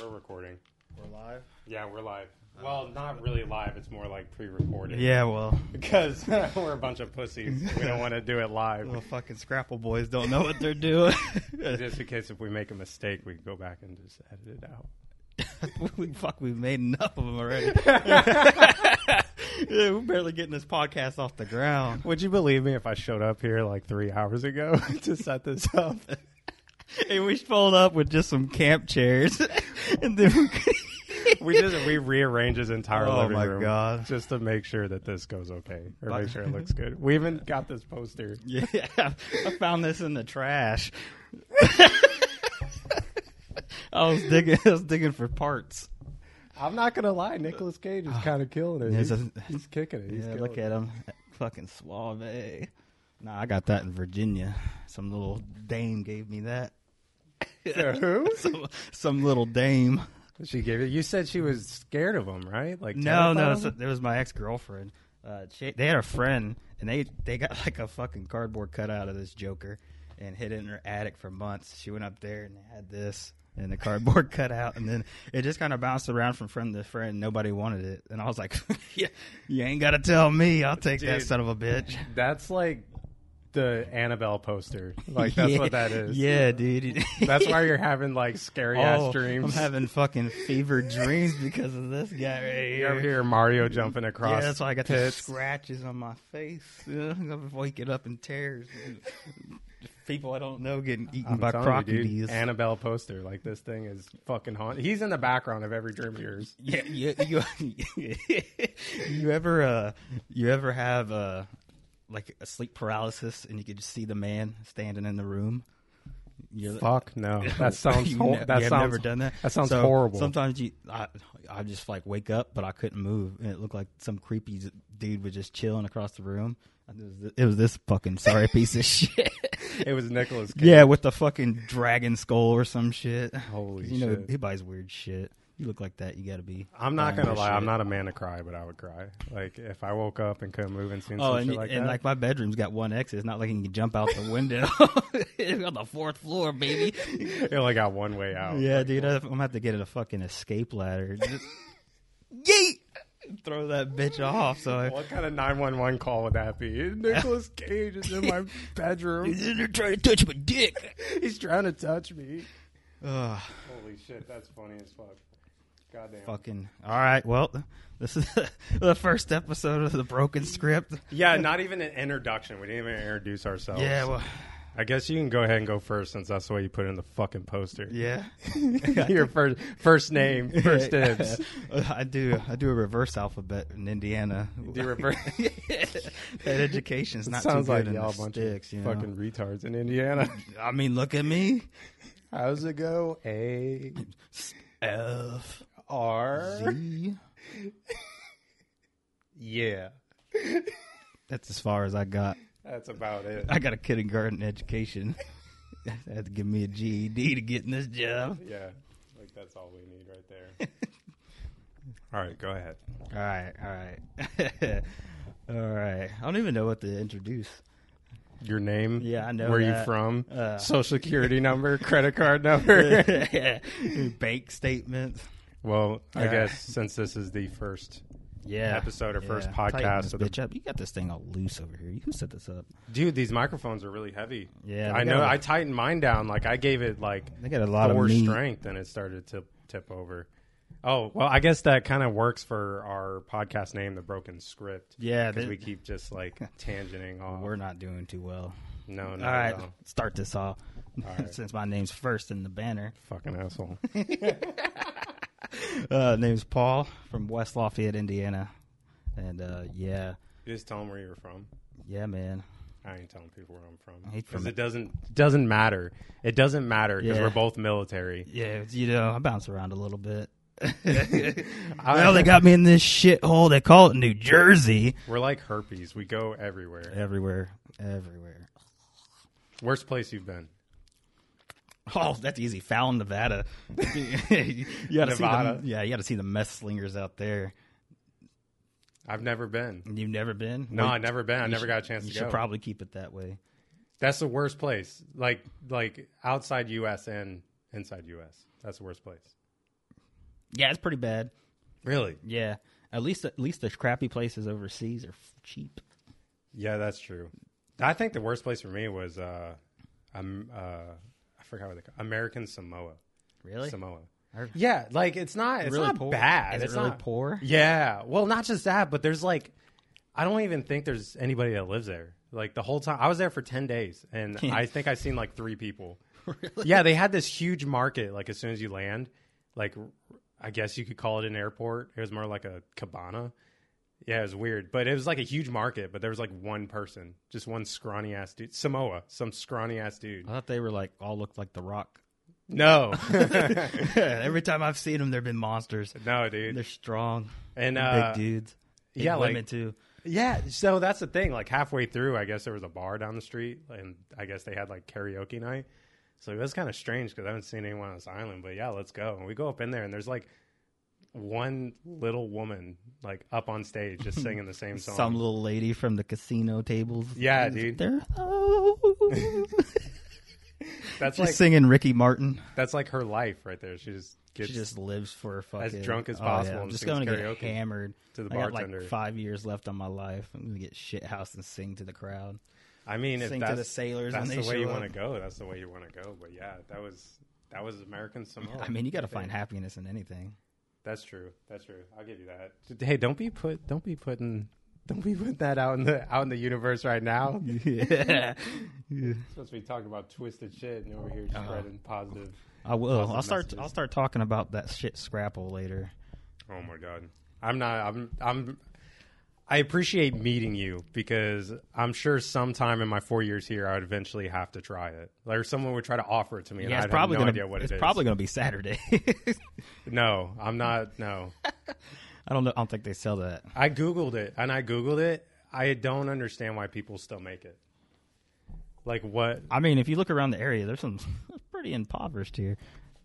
We're recording. We're live. Yeah, we're live. Well, not really live. It's more like pre-recorded. Yeah, well, Because we're a bunch of pussies. We don't want to do it little live. fucking Scrapple boys don't know what they're doing. Just in case if we make a mistake, we can go back and just edit it out. we fuck, we've made enough of them already. Yeah, we're barely getting this podcast off the ground. Would you believe me if I showed up here like three hours ago to set this up? And we followed up with just some camp chairs, and then we, We just we rearrange his entire Oh living my room God. just to make sure that this goes okay or make sure it looks good. We even got this poster. yeah, I found this in the trash. I was digging, I was digging for parts. I'm not gonna lie, Nicolas Cage is kind of killing it. Ah. There's He's, a- he's kicking it. He's yeah, killing look it. at him, fucking suave. eh? Nah, I got that in Virginia. Some little dame gave me that. So who? some, some little dame. She gave it. You said she was scared of him, right? Like No, terrified no, of so him? there was my ex girlfriend. Uh, she, they had a friend, and they they got like a fucking cardboard cutout of this Joker, and hid it in her attic for months. She went up there and they had this and the cardboard cutout, and then it just kind of bounced around from friend to friend. Nobody wanted it, and I was like, "Yeah, you ain't gotta tell me. I'll take that Dude. son of a bitch." that's like the Annabelle poster. Like that's Yeah. what that is. Yeah, dude. that's why you're having like scary ass Oh, dreams. I'm having fucking fever dreams because of this guy right here. you ever hear Mario jumping across? Yeah, that's why I got these pits. scratches on my face. Yeah, I'm waking up in tears. People I don't know getting eaten I'm by telling you, dude, crocodiles. Annabelle poster. Like this thing is fucking haunted. He's in the background of every dream of yours. yeah, you, you, you ever uh, you ever have uh, like a sleep paralysis and you could just see the man standing in the room? You're, Fuck no. That sounds. you hor- ne- that you have sounds. never done that. That sounds So, horrible. Sometimes you, I, I just like wake up, but I couldn't move, and it looked like some creepy z- dude was just chilling across the room. I think It was, th- it was this fucking sorry piece of shit. It was Nicholas. Cage. yeah, with the fucking dragon skull or some shit. Holy you know, shit. he buys weird shit. You look like that, you gotta be. I'm not buying gonna that lie. I'm Oh, shit. not a man to cry, but I would cry. Like if I woke up and couldn't move and seen Oh, some and, shit like, like and that. like my bedroom's got one exit. It's not like you can jump out the window It's on the fourth floor, baby. it only got one way out. Yeah, dude, I'm gonna have to get a fucking escape ladder. Just, yeet! Throw that bitch off. So I, What kind of 911 call would that be? Nicholas Cage is in my bedroom. they're trying to touch my dick. He's trying to touch me. Ugh, Holy shit, that's funny as fuck. Goddamn. fucking. All right. Well, this is the first episode of the broken script. Yeah, not even an introduction. We didn't even introduce ourselves. Yeah. Well. I guess you can go ahead and go first since that's the way you put in the fucking poster. Yeah. Your first first name, first dibs. I do. I do a reverse alphabet in Indiana. Do you refer- that education's not Sounds too like good in y'all a the bunch sticks. of You know? fucking retards in Indiana. I mean, look at me. How's it go? A F R. Z. Yeah, That's as far as I got. that's about it. I got a kindergarten education. I had to give me a GED to get in this job. Yeah, like that's all we need right there. all right, go ahead. All right, all right, all right. I don't even know what to introduce. Your name? Yeah, I know Where you that. from? Uh. Social security number, credit card number. Bank statements. well, I Yeah. guess since this is the first, Yeah, Episode or first Tighten podcast this of the- bitch up. You got this thing all loose over here. You Who set this up? dude, these microphones are really heavy. Yeah, I they know. gotta- I tightened mine down. Like I gave it like They got a lot of four meat. strength, and it started to tip over. Oh well, I guess that kind of works for our podcast name, the Broken Script. Yeah, because they- we keep just like tangenting off. We're not doing too well. no, no, all right, no. start this off. right. Since my name's first in the banner, fucking asshole. uh, name's Paul from West Lafayette, Indiana, and uh, yeah, You just tell them where you're from. yeah, man. I ain't telling people where I'm from He's because from- it doesn't doesn't matter. It doesn't matter because Yeah. we're both military. Yeah, it's- you know, I bounce around a little bit. I- well, they got me in this shithole. They call it New Jersey. We're like herpes. We go everywhere. Everywhere, everywhere. Worst place you've been? Oh, that's easy. Foul, Nevada. you gotta Nevada. See the, yeah, you got to see the mess slingers out there. I've never been. You've never been? No, Well, I've never been. I never got a chance you to should go. probably keep it that way. That's the worst place. Like like outside U.S. and inside U.S. That's the worst place. Yeah, it's pretty bad. Really? Yeah, at least at least the crappy places overseas are f- cheap. Yeah, that's true. I think the worst place for me was uh, um, uh, I forgot what they call American Samoa. Really? Samoa. Are- Yeah, like it's not it's Really not poor? bad. Is it it's really not poor? Yeah. Well, not just that, but there's like I don't even think there's anybody that lives there. Like the whole time I was there for 10 days and I think I've seen like 3 people. Yeah, they had this huge market like as soon as you land. Like I guess you could call it an airport. It was more like a cabana. Yeah, it was weird, but it was like a huge market, but there was like one person, just one scrawny ass dude, Samoa, some scrawny ass dude. I thought they were like all looked like the Rock. No. Every time I've seen them, they've been monsters. no, dude. They're strong, And They're uh big dudes. Big yeah, like- women too. Yeah, so that's the thing. Like halfway through, I guess there was a bar down the street, and I guess they had like karaoke night. So it was kind of strange because I haven't seen anyone on this island. But yeah, let's go. And we go up in there, and there's like one little woman like up on stage just singing the same song. Some little lady from the casino tables. Yeah, dude. They're oh. that's She's like singing Ricky Martin. that's like her life right there. She just gets she just lives for her fucking drunk as oh, possible yeah. I'm and just sings gonna karaoke get hammered to the I got bartender. like five years left on my life. I'm gonna get shit house and sing to the crowd, I mean, if sing to that's the sailors when that's they the show way you want to up. go, that's the way you want to go. But yeah, that was that was American Samoa. I mean, you got to find happiness in anything. That's true. That's true. I'll give you that. Hey, don't be put. Don't be putting. Don't be putting that out in the out in the universe right now. yeah. supposed to be talking about twisted shit, and over here spreading positive. I will. Positive I'll start. messages. I'll start talking about that shit Scrapple later. Oh my god, I'm not. I'm. I'm. I appreciate meeting you because I'm sure sometime in my four years here, I would eventually have to try it. Like, someone would try to offer it to me, and yeah, I'd it's probably have no gonna. idea what it's it is. probably gonna be Saturday. no, I'm not. No, I don't know. I don't think they sell that. I googled it and I googled it. I don't understand why people still make it. Like what? I mean, if you look around the area, there's some it's pretty impoverished here.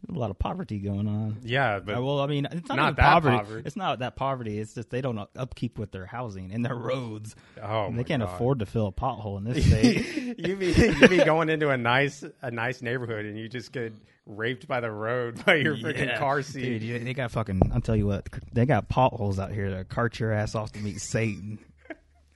A lot of poverty going on. Yeah, but Uh, well, I mean, it's not, Not even that poverty. poverty. It's not that poverty. It's just they don't upkeep with their housing and their roads. Oh, And my they can't God. afford to fill a pothole in this state. you be you be going into a nice a nice neighborhood and you just get raped by the road by your freaking Yeah. car seat. Dude, you- they got fucking. I'll tell you what, they got potholes out here that cart your ass off to meet Satan.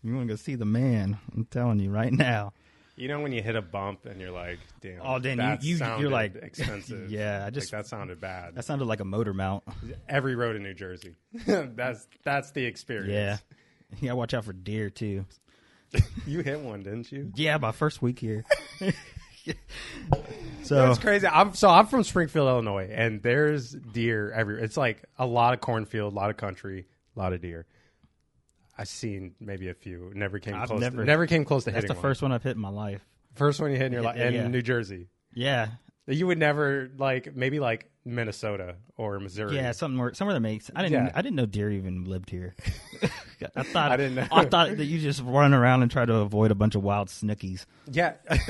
You want to go see the man? I'm telling you right now. You know when you hit a bump and you're like, damn, Oh, then that you- you- you're sounded like- expensive. Yeah, I Like, just- that sounded bad. That sounded like a motor mount. Every road in New Jersey. that's that's the Yeah, experience. yeah. Watch out for deer too. You hit one, didn't you? Yeah, my first week here. so That's crazy. I'm so I'm from Springfield, Illinois, and there's deer everywhere. It's like a lot of cornfield, a lot of country, a lot of deer. I've seen maybe a few. Never came I've close. never- to, never came close to that's hitting one. the first one I've hit in my life. First one you hit in your Yeah, life yeah, in yeah. New Jersey. Yeah, You would never like maybe like Minnesota or Missouri. Yeah, somewhere somewhere that makes. I didn't. Yeah. I didn't know deer even lived here. I thought. I didn't know. I thought that you just run around and try to avoid a bunch of wild snookies. yeah.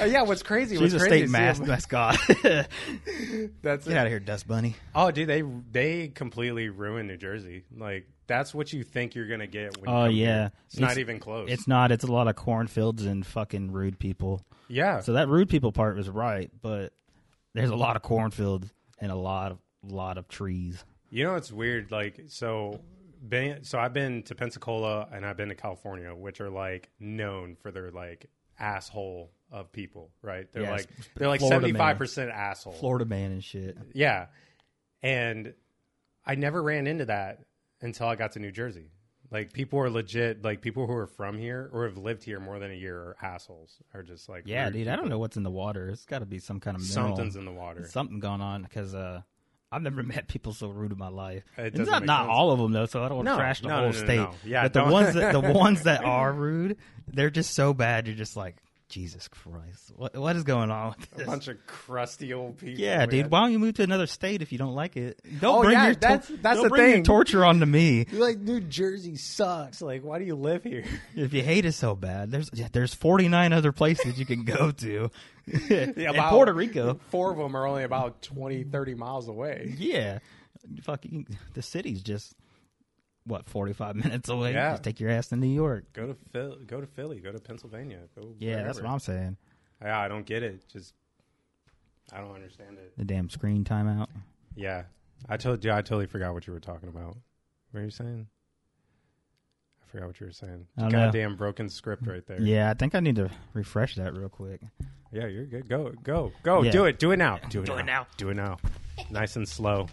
Uh, yeah, what's crazy? She's what's a crazy to state see mas- them- mascot. Get That's it. out of here, Dust Bunny. Oh, dude, they they completely ruined New Jersey. Like that's what you think you're gonna get. when you Oh come here. yeah, it's, not even close. It's not. It's a lot of cornfields and fucking rude people. yeah, So that rude people part was right, but there's a lot of cornfields and a lot of lot of trees. You know, it's weird. Like, so, been, so I've been to Pensacola and I've been to California, which are like known for their like asshole of people, right? They're Yes. like they're like Florida seventy man. five percent asshole. Florida man and shit. Yeah, and I never ran into that until I got to New Jersey. Like people are legit. Like people who are from here or have lived here more than a year are assholes. Are just like Yeah, rude dude. I people. don't know what's in the water. It's got to be some kind of mineral. Something's in the water. something going on because uh, I've never met people so rude in my life. It And doesn't not make not sense. all of them though, so I don't want to No, trash no, the no, whole no, no, state. no. Yeah, but the don't- ones that the ones that are rude, they're just so bad. You're just like Jesus Christ, what what is going on with A this? bunch of crusty old people. yeah, man. dude. Why don't you move to another state if you don't like it? Don't Oh, bring yeah, your tor- that's- that's don't the bring your thing. torture onto me. You're like New Jersey sucks. Like, why do you live here? If you hate it so bad, there's yeah, there's 49 other places you can go to. Yeah, In about- Puerto Rico, Four of them are only about 20, 30 miles away. Yeah. Fucking the city's just what, forty five minutes away? Yeah. Just take your ass to New York. Go to Phil, go to Philly. Go to Pennsylvania. Go. Yeah, that's wherever. what I'm saying. Yeah, I don't get it. Just I don't understand it. The damn screen timeout. Yeah, I told you I totally forgot what you were talking about. What are you saying? I forgot what you were saying. I don't know. Goddamn broken script right there. Yeah, I think I need to refresh that real quick. Yeah, you're good. Go, go, go. Yeah. Do it. Do it now. Do it, Do now. it now. Do it now. Nice and slow.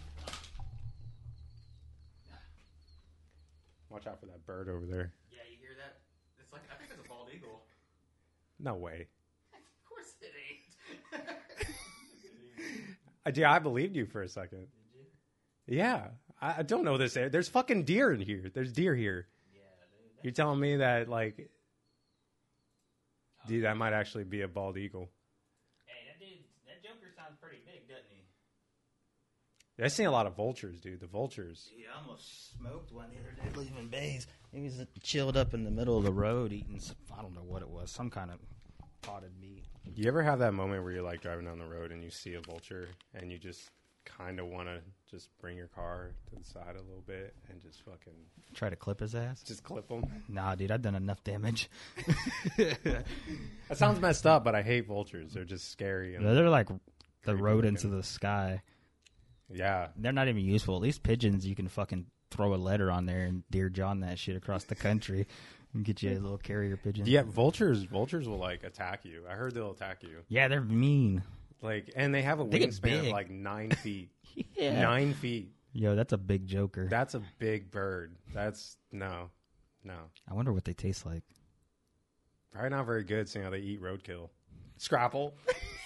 Watch out for that bird over there. Yeah, you hear that? It's like I think it's a bald eagle. No way. Of course it ain't. I, dude, I believed you for a second. Yeah. I, I don't know this area. There's fucking deer in here. There's deer here. You're telling me that, like, dude, that might actually be a bald eagle. hey, that dude, that Joker sounds pretty big, doesn't he? I've seen a lot of vultures, dude. The vultures. Dude, I almost smoked one the other day leaving Bays. He was chilled up in the middle of the road eating, some, I don't know what it was, some kind of potted meat. You ever have that moment where you're like driving down the road and you see a vulture and you just kind of want to just bring your car to the side a little bit and just fucking Try to clip his ass. just clip them? Nah, dude, I've done enough damage. That sounds messed up, but I hate vultures. They're just scary. And, They're like the rodents of the sky. yeah. They're not even useful. At least pigeons, you can fucking throw a letter on there and Dear John that shit across the country and get you a little carrier pigeon. Yeah, vultures vultures will like attack you. I heard they'll attack you. Yeah, they're mean. Like and they have a They get wingspan big. of like 9 feet. Yeah. 9 feet. Yo, that's a big joker. That's a big bird. That's no. No. I wonder what they taste like. Probably not very good seeing how they eat roadkill. Scrapple.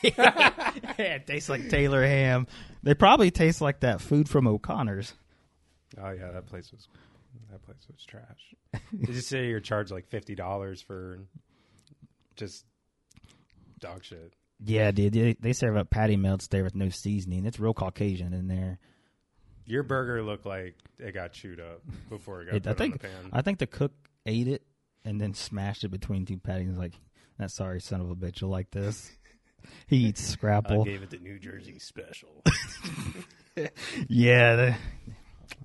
yeah, it tastes like Taylor ham. They probably taste like that food from O'Connor's. Oh yeah, that place was that place was trash. Did you say you're charged like fifty dollars for just dog shit? Yeah, dude, they, they serve up patty melts there with no seasoning. It's real Caucasian in there. Your burger looked like it got chewed up before it got It- I put think on the pan. I think the cook ate it and then smashed it between two patties. Like, that sorry son of a bitch will like this. he eats scrapple. gave it the New Jersey special. Yeah, that,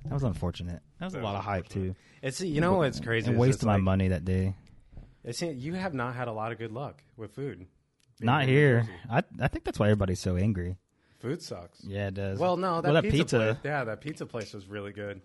that was unfortunate. That was a lot of hype too, it's you know what's crazy? and is wasted it's my like- money that day. It's, you have not had a lot of good luck with food. Being Not in New here. Jersey. I I think that's why everybody's so angry. Food sucks. Yeah, it does. Well, no, that, Well, pizza, Place, yeah, that pizza place was really good.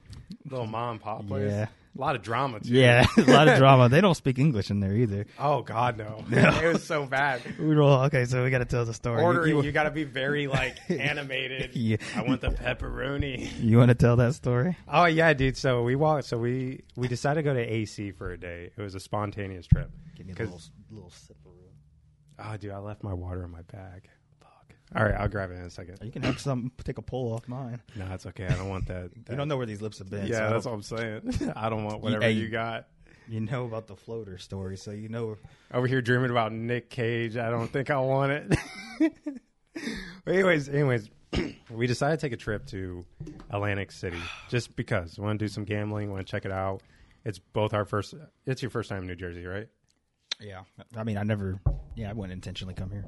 Little mom and pop place. Yeah. A lot of drama too. Yeah, a lot of drama. They don't speak English in there either. Oh God, no! it was so bad. We were all, okay, so we got to tell the story. ordering, you, you, got to be very like animated. Yeah. I want the pepperoni. want to tell that story? Oh yeah, dude. So we walked. So we we decided to go to AC for a day. It was a spontaneous trip. Because- little sip of room. oh, dude, I left my water in my bag. Fuck. All right, I'll grab it in a second. You can have some. Take a pull off mine. No, it's okay. I don't want that. You don't know where these lips have been. so yeah, I that's don't- what I'm saying. I don't want whatever hey. you got. You know about the floater story, so you know. over here dreaming about Nick Cage. I don't think I want it. but anyways, anyways, we decided to take a trip to Atlantic City just because we want to do some gambling, want to check it out. It's both our first. It's your first time in New Jersey, right? Yeah, I mean, I never. Yeah, I wouldn't intentionally come here.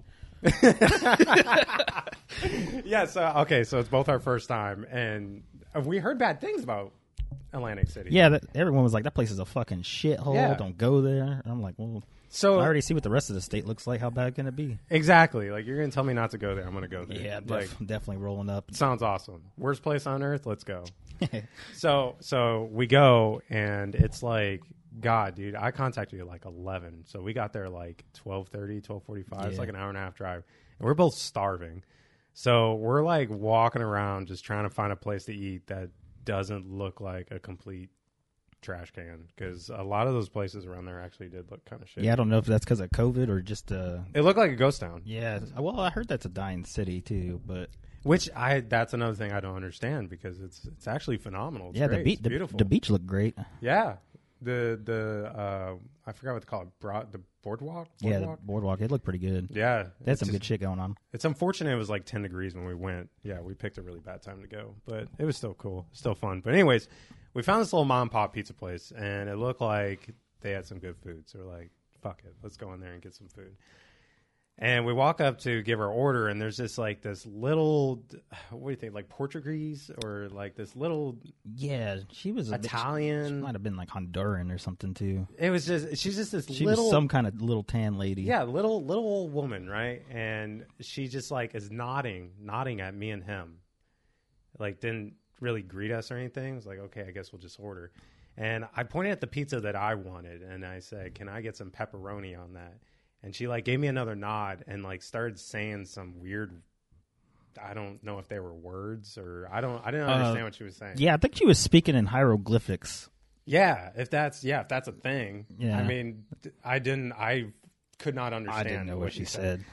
Yeah. So okay, so it's both our first time, and we heard bad things about Atlantic City. Yeah, that, everyone was like, "That place is a fucking shithole. Yeah. Don't go there." And I'm like, "Well, So I already see what the rest of the state looks like. How bad can it be?" exactly, like you're gonna tell me not to go there. I'm gonna go there. Yeah, Like def- definitely rolling up. sounds awesome. Worst place on earth. Let's go. So so we go and it's like God, dude. I contacted you at like eleven, so we got there like 1230, 1245. It's Yeah. like an hour and a half drive, and we're both starving. So we're like walking around just trying to find a place to eat that doesn't look like a complete trash can because a lot of those places around there actually did look kind of shit. yeah, I don't know if that's because of COVID or just uh, It looked like a ghost town, yeah. Well, I heard that's a dying city too, but which I that's another thing I don't understand because it's it's actually phenomenal. It's yeah, great. the beach, It's the, beautiful. the beach looked great. Yeah. The the uh I forgot what to call it. Broad the boardwalk. Yeah, the Boardwalk? boardwalk, it looked pretty good. Yeah. They had It's, some just- good shit going on. it's unfortunate it was like 10 degrees when we went. Yeah, we picked a really bad time to go, but it was still cool. Still fun. But anyways, we found this little mom and pop pizza place and it looked like they had some good food. So we're like, fuck it. Let's go in there and get some food. And we walk up to give our order and there's this like this little what do you think? Like Portuguese or like this little Yeah, she was a bit- Italian. She might have been like Honduran or something too. It was just she's just this She little was some kind of little tan lady. Yeah, little little old woman, right? And she just like is nodding, nodding at me and him. Like didn't really greet us or anything. I was like, okay, I guess we'll just order. And I pointed at the pizza that I wanted and I said, can I get some pepperoni on that? And she like gave me another nod and like started saying some weird. I don't know if they were words or I don't. I didn't Uh, understand what she was saying. Yeah, I think she was speaking in hieroglyphics. Yeah, if that's yeah, if that's a thing. Yeah. I mean, th- I didn't. I could not understand. I didn't know what she said.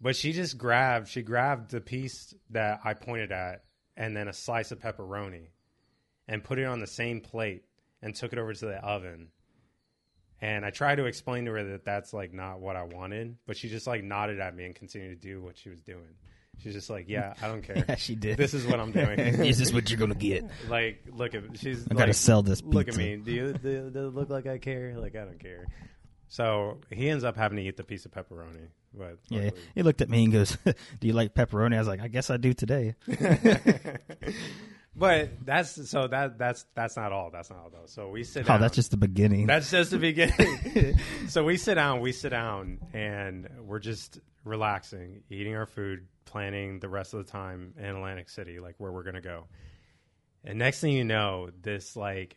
But she just grabbed. She grabbed the piece that I pointed at, and then a slice of pepperoni, and put it on the same plate, and took it over to the oven. And I tried to explain to her that that's like not what I wanted, but she just like nodded at me and continued to do what she was doing. She's just like, "Yeah, I don't care. Yeah, she did. This is what I'm doing." is this what you're gonna get? like look at she's I gotta like, sell this look at pizza. me do you do, does it look like i care like i don't care so he ends up having to eat the piece of pepperoni but Yeah, he looked at me and goes, "Do you like pepperoni?" I was like, "I guess I do today." Oh, luckily- but that's so that that's that's not all that's not all though so we sit Oh, down that's just the beginning. that's just the beginning so we sit down we sit down and we're just relaxing eating our food planning the rest of the time in atlantic city like where we're gonna go and next thing you know this like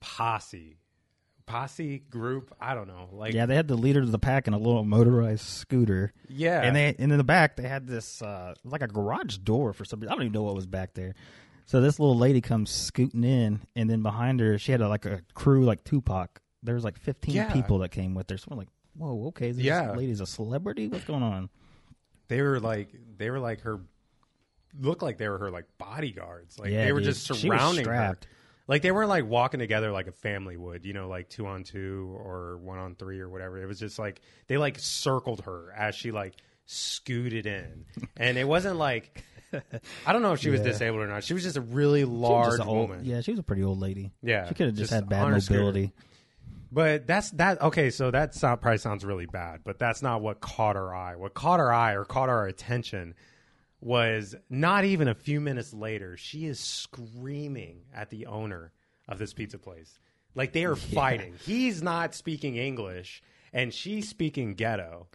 posse posse group i don't know like yeah, they had the leader of the pack in a little motorized scooter, Yeah. and they and in the back they had this uh, like a garage door for some reason. I don't even know what was back there. So this little lady comes scooting in, and then behind her she had a, like a crew like Tupac. There was like fifteen Yeah. people that came with her. So we're like, "Whoa, okay, is this Yeah. lady's a celebrity? What's going on?" they were like they were like her looked like they were her like bodyguards. Like Yeah, they were dude. just She was surrounding her. strapped. Like they weren't like walking together like a family would, you know, like two on two or one on three or whatever. It was just like they like circled her as she like scooted in. And it wasn't like I don't know if she was disabled or not. She was just a really She was large just an old- woman. Yeah, she was a pretty old lady. Yeah, she could have just, just had bad on her scooter. mobility. But that's that. Okay, so that sound, probably sounds really bad, but that's not what caught our eye. What caught our eye or caught our attention was not even a few minutes later, she is screaming at the owner of this pizza place. Like they are fighting. He's not speaking English, and she's speaking ghetto,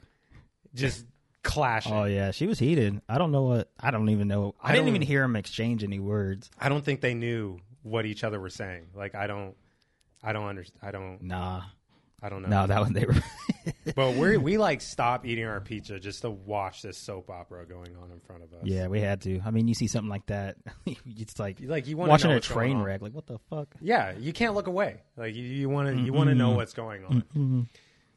just clashing. Oh yeah, she was heated. I don't know what. I don't even know. I, didn't don't- even hear him exchange any words. I don't think they knew what each other were saying. Like I don't, I don't understand. I don't, Nah, I don't know. no, that one they were. But we we like stop eating our pizza just to watch this soap opera going on in front of us. yeah, we had to. I mean, you see something like that, it's like You- like you want watching know a what's going train on. wreck. Like what the fuck? Yeah, you can't look away. Like you- you want to you want to know what's going on.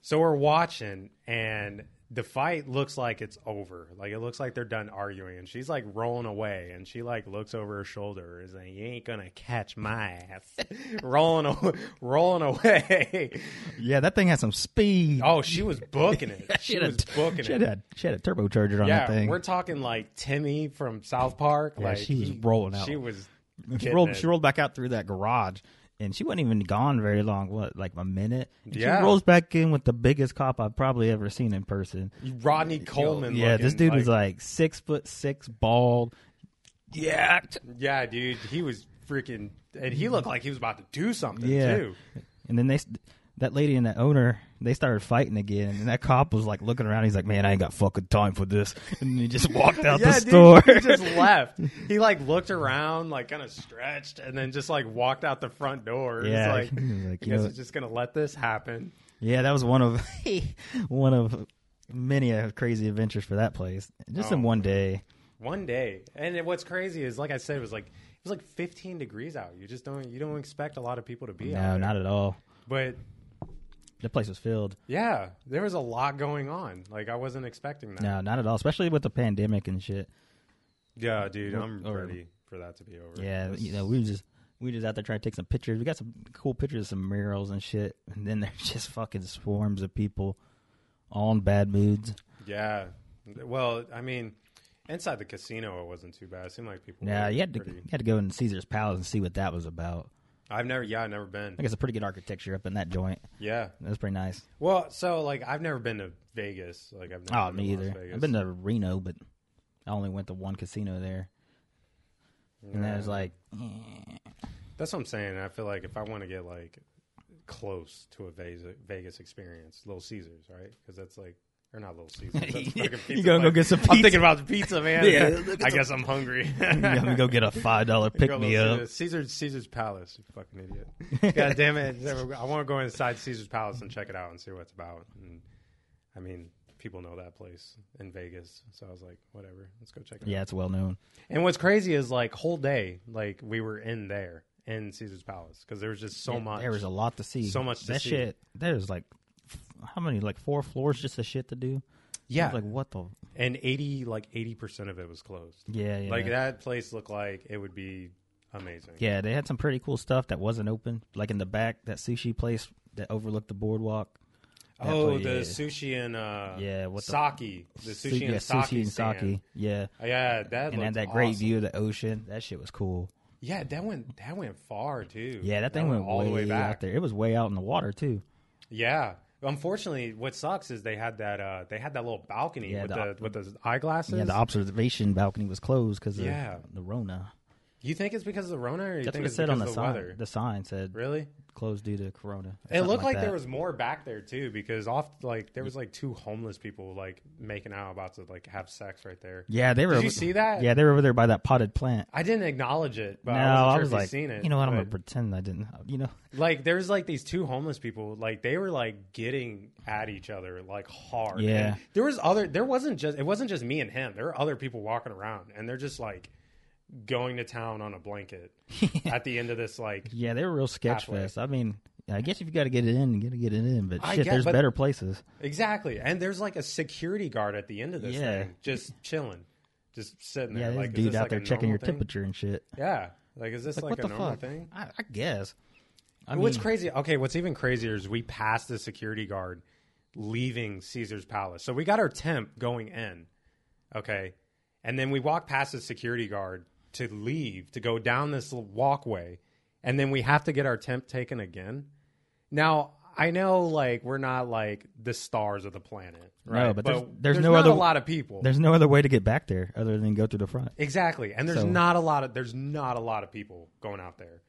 So we're watching, and the fight looks like it's over. Like it looks like they're done arguing, and she's like rolling away, and she like looks over her shoulder, is like, "You ain't gonna catch my ass," rolling aw- rolling away. Yeah, that thing had some speed. Oh, she was booking it. she was booking she it. had a, she had a turbocharger on Yeah, that thing. we're talking like Timmy from South Park. like she was rolling out. She was. she getting rolled it. she rolled back out through that garage and she wasn't even gone very long what like a minute And Yeah. she rolls back in with the biggest cop i've probably ever seen in person Rodney Coleman. yeah this looking, dude was like six foot six bald yeah Yeah, dude, he was freaking, and he looked like he was about to do something yeah too. and then they s- that lady and that owner they started fighting again and that cop was like looking around he's like man i ain't got fucking time for this and he just walked out Yeah, the dude, store he just left. He like looked around, like kind of stretched, and then just like walked out the front door. Yeah, it was like, he was I like, you guess know- it's just gonna let this happen. Yeah, that was one of one of many uh, crazy adventures for that place. Just Oh, in one day. One day, and it- what's crazy is, like I said, it was like it was like 15 degrees out. You just don't you don't expect a lot of people to be out. No, there. not at all. But The place was filled. Yeah, there was a lot going on. Like I wasn't expecting that. No, not at all. Especially with the pandemic and shit. Yeah, dude, I'm Or- ready for that to be over. Yeah, This- you know, we were just we just out there trying to take some pictures. We got some cool pictures of some murals and shit. And then there's just fucking swarms of people, all in bad moods. yeah. Well, I mean, inside the casino, it wasn't too bad. It seemed like people. Now were you had to pretty- you had to go in Caesar's Palace and see what that was about. I've never. Yeah, I've never been. I think it's a pretty good architecture up in that joint. Yeah. That was pretty nice. Well, so like I've never been to Vegas. Like I've. Never Oh, been me to Las either. Vegas. I've been to Reno, but I only went to one casino there, and I was Yeah. like, That's what I'm saying. I feel like if I want to get like close to a Vegas Vegas experience, Little Caesars, right? Because that's like Or not Little Caesars. That's a fucking pizza You gonna go place. get some I'm pizza? thinking about the pizza, man. Yeah, I guess I'm hungry. I'm gonna go get a five dollar pick Go me Little up. Caesars. Caesar's Caesar's Palace. You fucking idiot. God damn it! I want to go inside Caesar's Palace and check it out and see what it's about. And I mean, people know that place in Vegas, so I was like, whatever, let's go check it Yeah, out. it's well known. And what's crazy is like whole day, like we were in there in Caesar's Palace because there was just so Yeah, much. There was a lot to see. So much to that see. shit. There's like f- how many like four floors just the shit to do. I yeah, was like what the and eighty like eighty percent of it was closed. yeah yeah Like that place looked like it would be amazing. yeah. They had some pretty cool stuff that wasn't open. Like in the back, that sushi place that overlooked the boardwalk. That Oh, place- the yeah. sushi and uh, Yeah, what the- sake, the Su- sushi yeah, and sake, stand. Uh, Yeah, Yeah, that and looked had that great awesome. view of the ocean. That shit was cool. Yeah, that went that went far too. Yeah, that thing went, all the way back. out there. It was way out in the water too. Yeah. Unfortunately, what sucks is they had that uh they had that little balcony Yeah, with the- the, with the eyeglasses. Yeah, the observation balcony was closed because Yeah. of the Rona. you think it's because of the Rona, or you That's think what it it's said because on the, of the sign. weather? The sign said Really? closed due to Corona. or It something looked like, there that. was more back there too, because off like there was like two homeless people like making out about to like have sex right there. Yeah, they were. Did you see that? Yeah, they were over there by that potted plant. I didn't acknowledge it, but no, I wasn't sure if was you like, seen it. you know what? I'm but- gonna pretend I didn't. You know, like there's like these two homeless people like they were like getting at each other like hard Yeah. And there was other there wasn't just it wasn't just me and him there were other people walking around and they're just like going to town on a blanket at the end of this like yeah, they were real sketch Halfway. fest. I mean, I guess if you got to get it in, you got to get it in. But I shit, get- there's but- better places. exactly and there's like a security guard at the end of this Yeah. thing just chilling just sitting there Yeah, there's like a is dude this, out like, there a checking your normal thing? temperature and shit. yeah like is this Like, like, what a the normal fuck? thing I, I guess. I What's mean, crazy? Okay, what's even crazier is we passed the security guard leaving Caesar's Palace. So we got our temp going in, okay, and then we walk past the security guard to leave to go down this l- walkway, and then we have to get our temp taken again. Now I know, like, we're not like the stars of the planet, right? but there's- there's no not other- a lot of people. There's no other way to get back there other than go through the front. Exactly, and there's So- not a lot of there's not a lot of people going out there.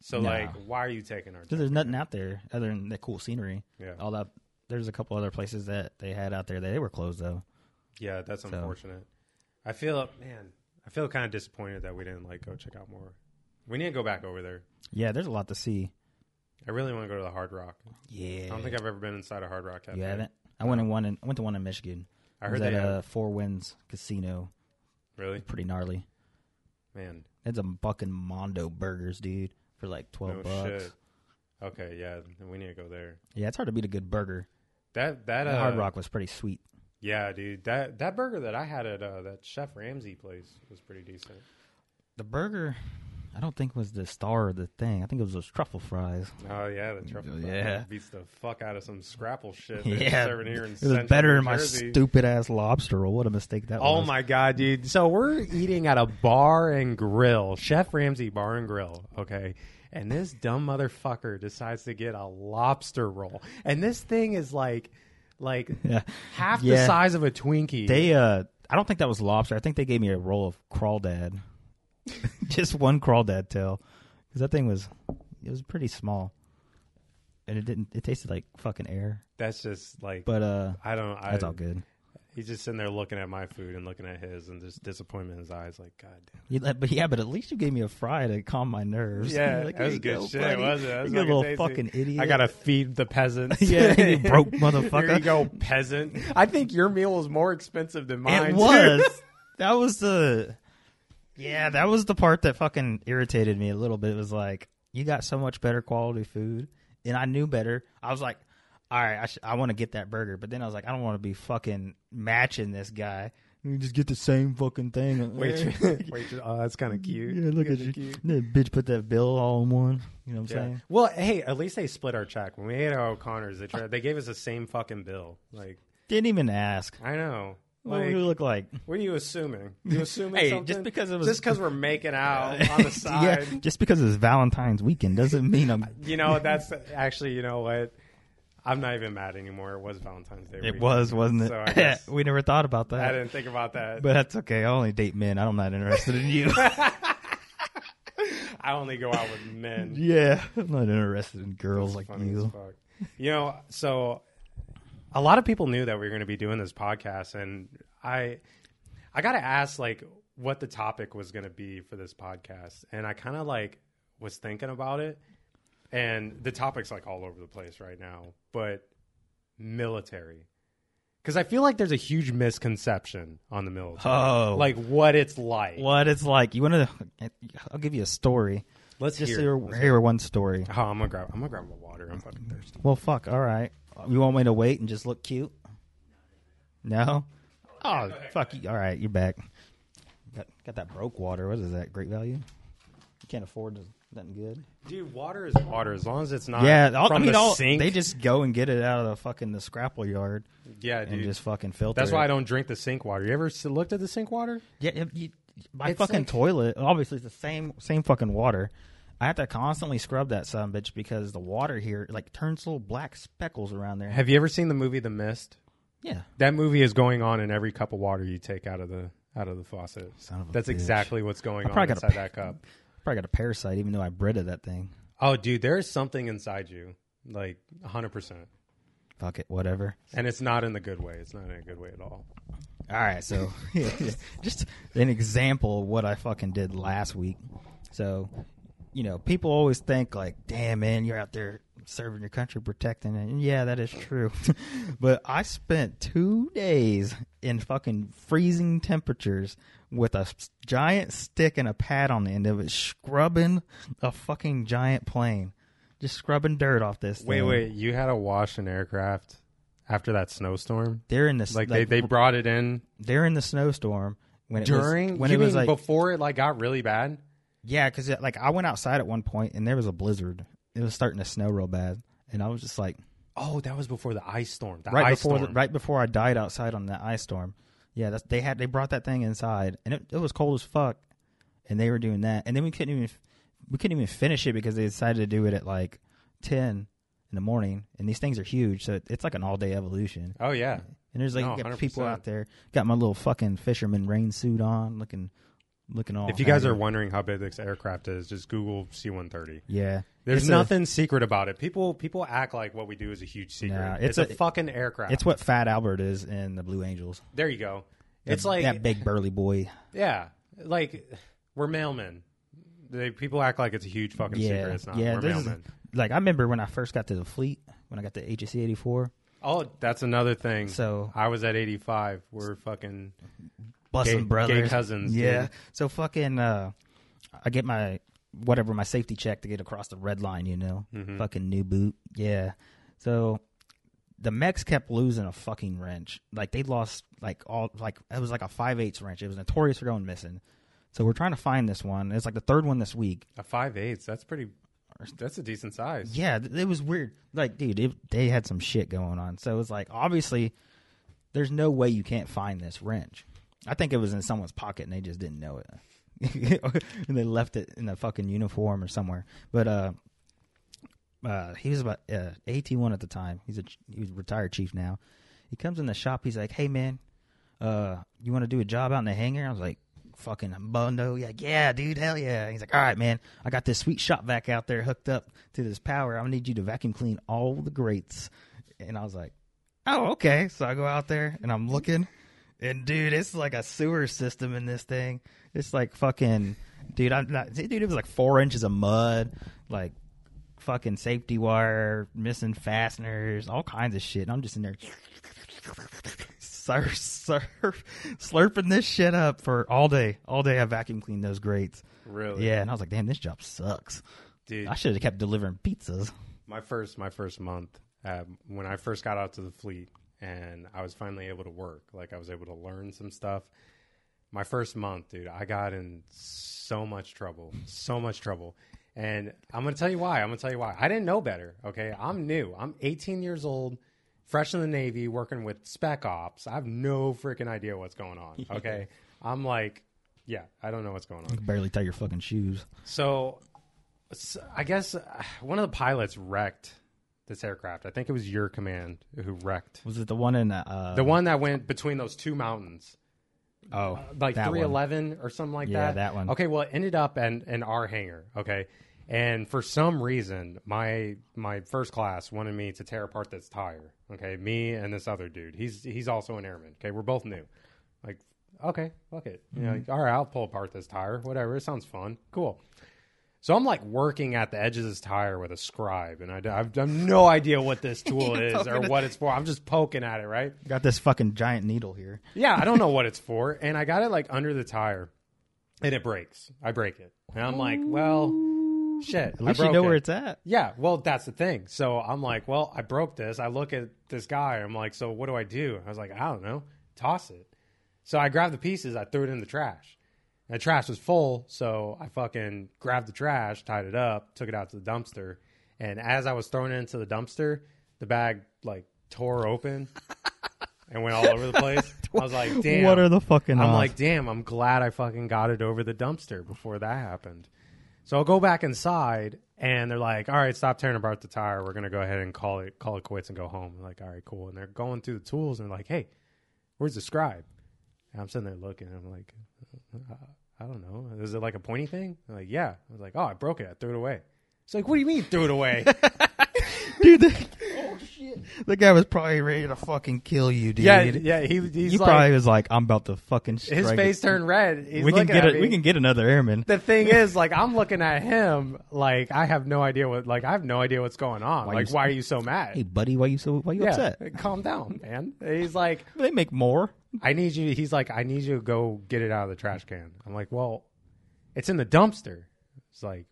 So Nah. like, why are you taking our? 'Cause Temp? there's nothing out there other than that cool scenery. Yeah. All that. There's a couple other places that they had out there that they were closed though. Yeah, that's unfortunate. I feel man, I feel kind of disappointed that we didn't like go check out more. We need to go back over there. Yeah, there's a lot to see. I really want to go to the Hard Rock. Yeah. I don't think I've ever been inside a Hard Rock cafe. You haven't? I went in one. In, I went to one in Michigan. I It heard was at they have- a Four Winds Casino. Really, Pretty gnarly. man? That's a fucking Mondo burgers, dude, for like twelve No bucks. shit. Okay, yeah, we need to go there. Yeah, it's hard to beat a good burger. That that The uh, Hard Rock was pretty sweet. Yeah, dude. That that burger that I had at uh, that Chef Ramsey place was pretty decent. The burger, I don't think was the star of the thing. I think it was those truffle fries. Oh yeah, the truffle fries Yeah. beats the fuck out of some scrapple shit. they're Yeah, serving here in it was Central better New than my Jersey. stupid ass lobster roll. What a mistake that Oh was! my god, dude! So we're eating at a bar and grill, Chef Ramsey Bar and Grill, okay. And this dumb motherfucker decides to get a lobster roll, and this thing is like, like Yeah. half Yeah. the size of a Twinkie. They, uh, I don't think that was lobster. I think they gave me a roll of crawdad, just one crawdad tail, because that thing was, it was pretty small, and it didn't. It tasted like fucking air. That's just like, But uh, I don't. I, that's all good. He's just sitting there looking at my food and looking at his, and just disappointment in his eyes. Like, god damn. You let- but yeah, but at least you gave me a fry to calm my nerves. Yeah, Like, that was "Here you good go, shit, buddy. wasn't it? That was you little tasty. fucking idiot. I gotta feed the peasants. Yeah, you broke Here you motherfucker. go, peasant. I think your meal was more expensive than mine. It too. was. that was the. Yeah, that was the part that fucking irritated me a little bit. It was like you got so much better quality food, and I knew better. I was like, all right, I sh- I want to get that burger, but then I was like, I don't want to be fucking matching this guy. You just get the same fucking thing. Waitress, waitress. Oh, that's kind of cute. yeah, look at Kinda you. cute. That bitch put that bill all in one. You know what I'm Yeah. saying? Well, hey, at least they split our check. When we ate at O'Connor's, they tried, they gave us the same fucking bill. Like, Didn't even ask. I know. what Like, would it look like? what are you assuming? You assuming Hey, something? just because it was- just because we're making out on the side. yeah, just because it's Valentine's weekend doesn't mean I'm. You know, that's actually, you know what? I'm not even mad anymore. It was Valentine's Day. It weekend. was, wasn't it? So I guess- we never thought about I that. didn't think about that. But that's okay. I only date men. I'm not interested in you. I only go out with men. yeah, I'm not interested in girls like funny as you. fuck. You know, so a lot of people knew that we were going to be doing this podcast, and I, I got to ask like what the topic was going to be for this podcast, and I kind of like was thinking about it, and the topic's like all over the place right now, but military. Because I feel like there's a huge misconception on the military, Oh, like what it's like. what it's like. You want to? I'll give you a story. Let's Just hear. hear, it. hear one story. Oh, I'm gonna grab. I'm gonna grab my water. I'm fucking thirsty. Well, fuck. All right. You want me to wait and just look cute? No. Oh, fuck you. All right, you're back. Got, got that broke water. What is that? Great value. You can't afford to- nothing good. Dude, water is water as long as it's not. yeah, all, from I mean, the all, sink. they just go and get it out of the fucking the scrapple yard yeah, and dude. just fucking filter. That's it. why I don't drink the sink water. You ever s- looked at the sink water? Yeah, if you, my It's fucking like- toilet. Obviously, it's the same same fucking water. I have to constantly scrub that son of a bitch because the water here like turns little black speckles around there. Have you ever seen the movie The Mist? Yeah, That movie is going on in every cup of water you take out of the out of the faucet. Son of a That's bitch. exactly what's going I on probably got a inside pa- that cup. probably got a parasite even though I Brita that thing. Oh, dude, there is something inside you, like 100, percent Fuck it, whatever. and it's not in the good way. It's not in a good way at all. All right, so just an example of what I fucking did last week. So, you know, people always think like, "Damn, man, you're out there serving your country, protecting it." And yeah, that is true. but I spent two days in fucking freezing temperatures with a s- giant stick and a pad on the end of it, scrubbing a fucking giant plane, just scrubbing dirt off this. Wait, thing. wait, you had to wash an aircraft after that snowstorm? They're in this Like, they, they brought it in they're in the snowstorm when it during was, when you it was mean like before it like got really bad. Yeah, because like I went outside at one point and there was a blizzard. It was starting to snow real bad, and I was just like, Oh, that was before the ice storm. The right ice before storm. right before I died outside on that ice storm. Yeah, that's they had they brought that thing inside, and it, it was cold as fuck, and they were doing that, and then we couldn't even we couldn't even finish it because they decided to do it at like ten in the morning, and these things are huge, so it's like an all day evolution. oh yeah, And there's like No, you got people 100%. out there, got my little fucking fisherman rain suit on, looking looking all. If you guys haggard. are wondering how big this aircraft is, just Google C-130. yeah, There's It's a- nothing secret about it. People people act like what we do is a huge secret. Nah, it's, it's a, a- fucking aircraft. It's what Fat Albert is in the Blue Angels. there you go. It's like that big burly boy. yeah, like we're mailmen. They, people act like it's a huge fucking secret. Yeah, It's not. yeah. we're This is, mailmen. like I remember when I first got to the fleet when I got to HSC eighty four. Oh, that's another thing. So I was at 85. We're fucking busting gay brothers, cousins, Yeah. dude. So fucking, uh, I get my whatever my safety check to get across the red line. You know, Mm-hmm. fucking new boot. Yeah. So the Mex kept losing a fucking wrench. Like they lost like all like it was like a five eighths wrench. It was notorious for going missing. So we're trying to find this one. It's like the third one this week. a five eights. That's pretty. That's a decent size. Yeah, th- it was weird. Like, dude, it, they had some shit going on. So it was like, obviously, there's no way you can't find this wrench. I think it was in someone's pocket and they just didn't know it, and they left it in a fucking uniform or somewhere. But uh, uh, he was about uh, 81 at the time. He's a ch- he's a retired chief now. He comes in the shop. He's like, "Hey man, uh, you want to do a job out in the hangar?" I was like, "Fucking bundo." He's like, "Yeah, dude, hell yeah." He's like, "All right, man, I got this sweet shop vac out there hooked up to this power. I'm gonna need you to vacuum clean all the grates." And I was like, "Oh, okay." So I go out there and I'm looking, and dude, it's like a sewer system in this thing. It's like fucking, dude. I'm not, dude. It was like four inches of mud, like fucking safety wire, missing fasteners, all kinds of shit. And I'm just in there slurp, slurp, slurping this shit up for all day. All day I vacuum cleaned those grates. Really. Yeah, and I was like, damn, this job sucks. Dude. I should have kept delivering pizzas. my first my first month uh, when I first got out to the fleet and I was finally able to work like I was able to learn some stuff my first month dude I got in so much trouble so much trouble and I'm going to tell you why I'm going to tell you why I didn't know better okay I'm new I'm 18 years old fresh in the navy working with spec ops I have no freaking idea what's going on okay I'm like yeah I don't know what's going on Barely tie your fucking shoes. so, s I I guess uh, one of the pilots wrecked this aircraft. I think it was your command who wrecked Was it the one in uh, the one that went between those two mountains, Oh, like that one. 311 or something uh, like Yeah, that. that one. Okay, well, it ended up in, in our hangar. Okay. And for some reason, my my first class wanted me to tear apart this tire. Okay, me and this other dude. He's he's also an airman. Okay, we're both new. Like, okay, fuck it. You know, Mm-hmm. like, all right, I'll pull apart this tire. Whatever. It sounds fun. Cool. So I'm like working at the edge of this tire with a scribe, and I, I have no idea what this tool is or what it's for. I'm just poking at it, right? Got this fucking giant needle here. Yeah, I don't know what it's for. And I got it like under the tire and it breaks. I break it. And I'm like, well, shit. At least you know where it's at. Yeah, well, that's the thing. So I'm like, well, I broke this. I look at this guy. I'm like, so what do I do? I was like, I don't know. Toss it. So I grabbed the pieces. I threw it in the trash. And the trash was full. So I fucking grabbed the trash, tied it up, took it out to the dumpster. And as I was throwing it into the dumpster, the bag like tore open and went all over the place. I was like, damn. What are the fucking I'm odds? like, damn, I'm glad I fucking got it over the dumpster before that happened. So I'll go back inside and they're like, All right, stop tearing apart the tire. We're gonna go ahead and call it call it quits and go home. I'm like, all right, cool. And they're going through the tools and they're like, Hey, where's the scribe? And I'm sitting there looking, and I'm like, uh, I, I don't know. Is it like a pointy thing? They're like, yeah. I was like, Oh, I broke it, I threw it away. It's like, what do you mean threw it away? dude. The, oh shit! The guy was probably ready to fucking kill you, dude. yeah, yeah, he, he's He like probably was like, "I'm about to fucking." his strangle- face turned red. He's We can looking get at a, me. we can get another airman. the thing is, like, I'm looking at him, like, I have no idea what, like, I have no idea what's going on. Why you like, s- why are you so mad? Hey, buddy, why you so why you yeah, upset? calm down, man. He's like, They make more. I need you. He's like, I need you to go get it out of the trash can. I'm like, well, it's in the dumpster. It's like,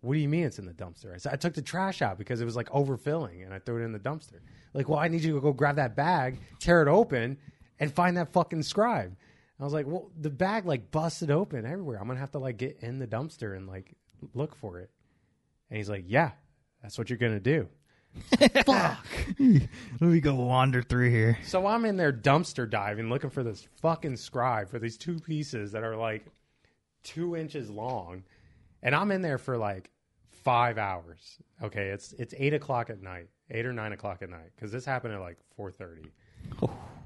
what do you mean it's in the dumpster? I said, I took the trash out because it was like overfilling and I threw it in the dumpster. Like, well, I need you to go grab that bag, tear it open, and find that fucking scribe. I was like, well, the bag like busted open everywhere. I'm going to have to like get in the dumpster and like look for it. And he's like, yeah, that's what you're going to do. Fuck. Let me go wander through here. So I'm in there dumpster diving looking for this fucking scribe for these two pieces that are like two inches long. And I'm in there for like five hours. Okay, it's it's eight o'clock at night, eight or nine o'clock at night, because this happened at like four thirty.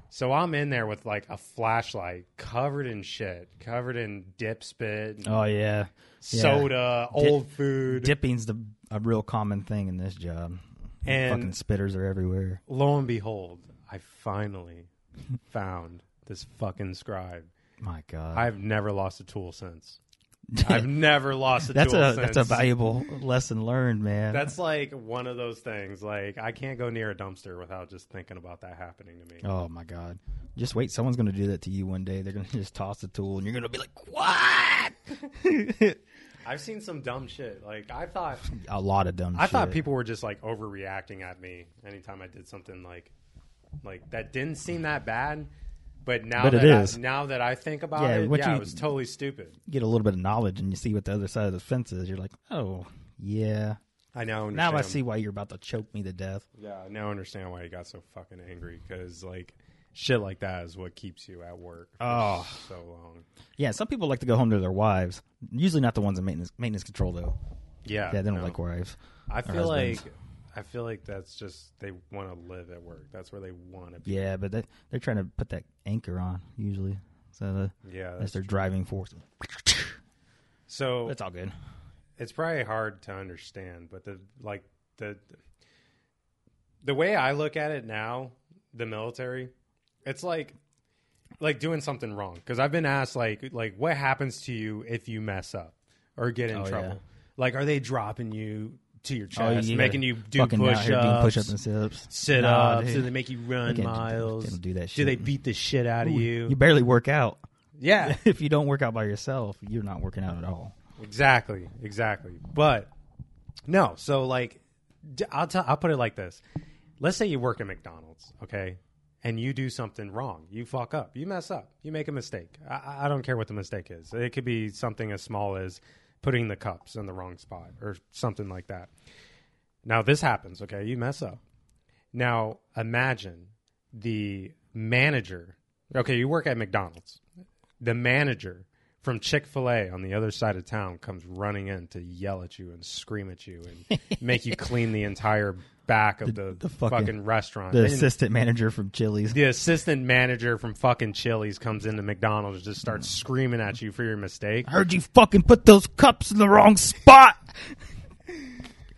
So I'm in there with like a flashlight covered in shit, covered in dip spit, and Oh yeah, soda, old food. dipping's the a real common thing in this job. And- fucking spitters are everywhere. Lo and behold, I finally found this fucking scribe. My God, I've never lost a tool since. I've never lost a that's tool a since. that's a valuable lesson learned, man. That's like one of those things. Like I can't go near a dumpster without just thinking about that happening to me. Oh my God! Just wait, someone's going to do that to you one day. They're going to just toss the tool, and you're going to be like, "What?" I've seen some dumb shit. Like I thought, a lot of dumb. I thought shit. people were just like overreacting at me anytime I did something like, like that didn't seem that bad. But now But it that I, is. now that I think about Yeah, it, what yeah, you- it was totally stupid. get a little bit of knowledge, and you see what the other side of the fence is. You're like, "Oh yeah." I now Now understand. I see why you're about to choke me to death. Yeah, I now understand why you got so fucking angry because like shit like that is what keeps you at work. For Oh. so long. Yeah, some people like to go home to their wives. Usually not the ones in maintenance maintenance control though. Yeah, Yeah, they don't Uh, no. like wives. I or feel like husbands. I feel like that's just they want to live at work. That's where they want to be. Yeah, but they, they're trying to put that anchor on usually. So the, Yeah. that's- that's their driving force. so That's all good. it's probably hard to understand, but the like the the way I look at it now, the military, it's like like doing something wrong because I've been asked like like what happens to you if you mess up or get in Oh, yeah. trouble? Like are they dropping you to your Oh, chest, you gotta making you do fucking out push here doing push-ups ups, and sit-ups. sit Nah, ups? dude. Do they make you run They can't do- miles? they don't do that Do they shit. beat the shit out of you? You barely work out. Yeah, if you don't work out by yourself, you're not working out at all. exactly, exactly. But no, so like, d- I'll tell, I'll put it like this. Let's say you work at McDonald's, okay, and you do something wrong. You fuck up. You mess up. You make a mistake. I- I, I don't care what the mistake is. It could be something as small as putting the cups in the wrong spot or something like that. Now this happens, okay? You mess up. Now imagine the manager. Okay, you work at McDonald's. The manager from Chick fil A on the other side of town comes running in to yell at you and scream at you and make you clean the entire back of the, the fucking, fucking- restaurant. The And assistant manager from Chili's. the assistant manager from fucking Chili's comes into McDonald's and just starts screaming at you for your mistake. I heard you fucking put those cups in the wrong spot.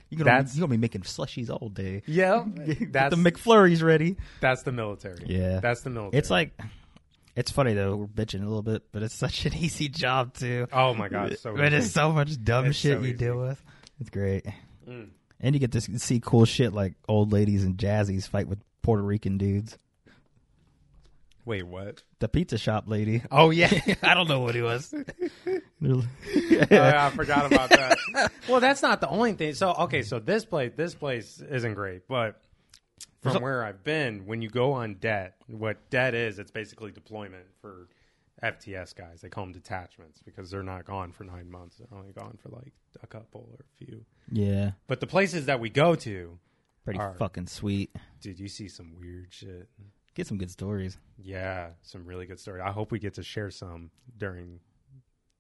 You're gonna, That's- be, you're gonna be making slushies all day. Yeah, Get that's the McFlurries ready. that's the military. Yeah. that's the military. It's like, it's funny though. We're bitching a little bit, but it's such an easy job too. oh my god, so but it's easy. so much dumb It's shit so you easy. deal with. It's great, Mm. and you get to s- see cool shit like old ladies and jazzies fight with Puerto Rican dudes. wait, what? The pizza shop lady. Oh yeah, I don't know what he was. Oh, yeah, I forgot about that. well, that's not the only thing. So okay, so this place this place isn't great, but from So- where I've been, when you go on debt, what debt is, it's basically deployment for FTS guys. They call them detachments because they're not gone for nine months. They're only gone for like a couple or a few. yeah, But the places that we go to, pretty Alright. fucking sweet. dude, you see some weird shit. Get some good stories. Yeah, some really good story. I hope we get to share some during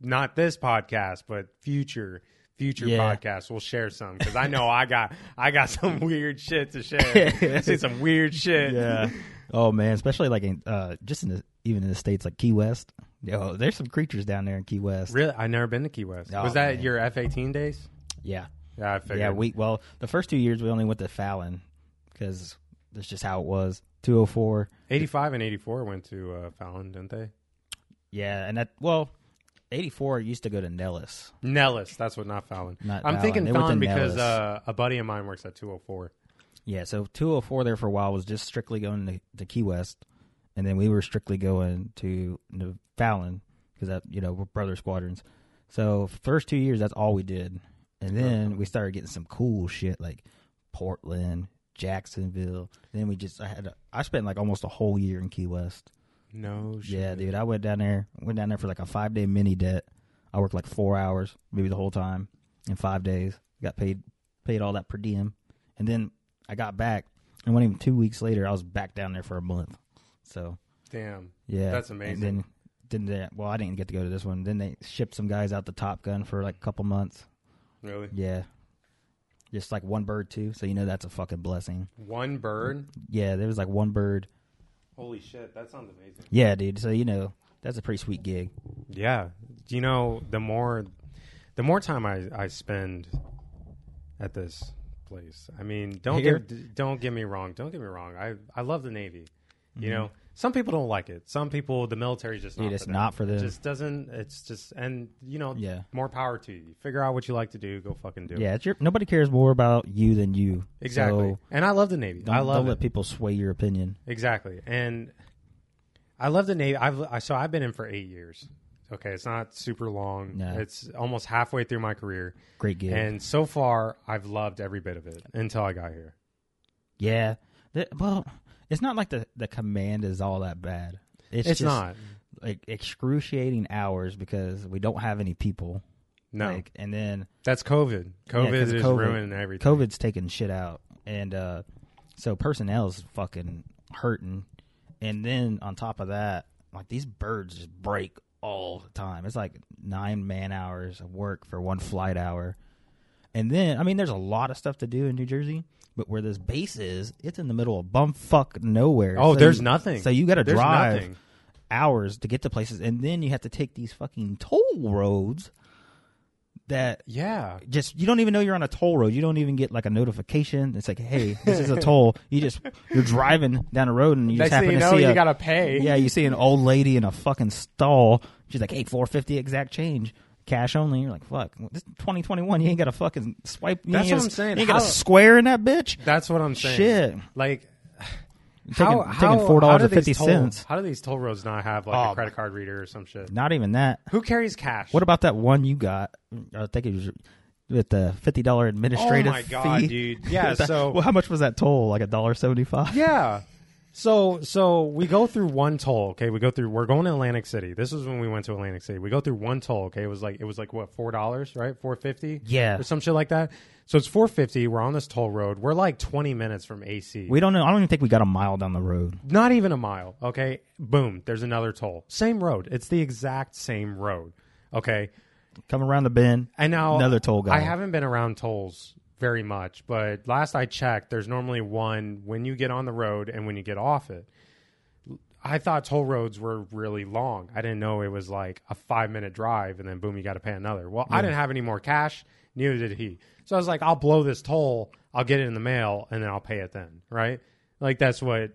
not this podcast, but future future Yeah. podcasts. We'll share some because I know I got I got some weird shit to share. I see some weird shit. oh man, especially like in uh, just in the even in the states like Key West. Yo, there's some creatures down there in Key West. Really, I never been to Key West. Oh, Was that man. your F eighteen days? Yeah, Yeah, I figured. yeah. We well, the first two years we only went to Fallon because that's just how it was. Two hundred four. eighty five and eighty four went to uh, Fallon, didn't they? Yeah, and that well, eighty four used to go to Nellis. Nellis, that's what not Fallon. Not I'm Fallon. thinking They went to Fallon because Nellis. uh, a buddy of mine works at 204. Yeah, so two hundred four there for a while was just strictly going to, to Key West, and then we were strictly going to, to Fallon because that you know we're brother squadrons. So first two years that's all we did, and then we started getting some cool shit like Portland, Jacksonville. Then we just I had a, I spent like almost a whole year in Key West. No shit. Yeah, dude. I went down there. Went down there for like a five day mini debt. I worked like four hours, maybe the whole time, in five days. Got paid paid all that per diem, and then I got back. And wasn't even two weeks later, I was back down there for a month. So Damn. yeah, That's amazing. And then then they, well, I didn't get to go to this one. Then they shipped some guys out to Top Gun for like a couple months. Really? Yeah. Just like one bird too, so you know that's a fucking blessing. One bird? Yeah, there was like one bird. Holy shit, that sounds amazing. Yeah, dude. So you know that's a pretty sweet gig. Yeah. Do You know, the more the more time I, I spend at this place. I mean, don't Here? get, d- don't get me wrong. Don't get me wrong. I I love the Navy. Mm-hmm. You know, some people don't like it. Some people the military's just not Dude, for it's them. not for them. It just doesn't it's just and you know, Yeah. more power to you. Figure out what you like to do, go fucking do it. Yeah, it's your, nobody cares more about you than you. Exactly. So and I love the Navy. don't, I love don't it. let people sway your opinion. Exactly, and I love the Navy. I've I, so I've been in for eight years. Okay, it's not super long. No. It's almost halfway through my career, Great gig. and so far I've loved every bit of it until I got here. yeah. Th- well, it's not like the, the command is all that bad. It's, It's, just, not. like excruciating hours because we don't have any people. No, Like, and then that's COVID. COVID is 'cause of COVID. ruining everything. COVID's taking shit out, and uh, so personnel's fucking hurting. And then on top of that, like these birds just break all the time. It's like nine man hours of work for one flight hour. And then, I mean, there's a lot of stuff to do in New Jersey, but where this base is, it's in the middle of bumfuck nowhere. Oh, So there's you- nothing. So you got to There's drive nothing. hours to get to places, and then you have to take these fucking toll roads that Yeah, just you don't even know you're on a toll road. You don't even get like a notification. It's like, hey, this is a toll. You just you're driving down the road and you next just happen thing you to know, see you a, gotta pay. yeah, you see an old lady in a fucking stall. She's like, hey, four fifty exact change, cash only. You're like, fuck, this twenty twenty one. You ain't got a fucking swipe. You That's ain't what got a- I'm saying. You ain't got a How- square in that bitch. That's what I'm saying. Shit. like. Taking, how, how- taking four how dollars do and fifty these toll- cents. How do these toll roads not have like Oh, a credit card reader or some shit? Not even that. Who carries cash? What about that one you got? I think it was with the fifty dollar administrative Oh my god, fee. dude! Yeah, That- so well, how much was that toll? Like a dollar seventy five. Yeah. So so we go through one toll, okay? We go through we're going to Atlantic City. This was when we went to Atlantic City. We go through one toll, okay? It was like it was like what, four dollars, right? Four fifty? Yeah. Or some shit like that. So it's four fifty, we're on this toll road. We're like twenty minutes from AC. We don't know. I don't even think we got a mile down the road. Not even a mile, okay? Boom, there's another toll. Same road. It's the exact same road. Okay. Come around the bend. And now Another toll guy. I haven't been around tolls very much, but last I checked, there's normally one when you get on the road and when you get off it. I thought toll roads were really long. I didn't know it was like a five minute drive, and then boom, you got to pay another. Well, I didn't have any more cash. Neither did he. So I was like, I'll blow this toll. I'll get it in the mail, and then I'll pay it then. Right? Like that's what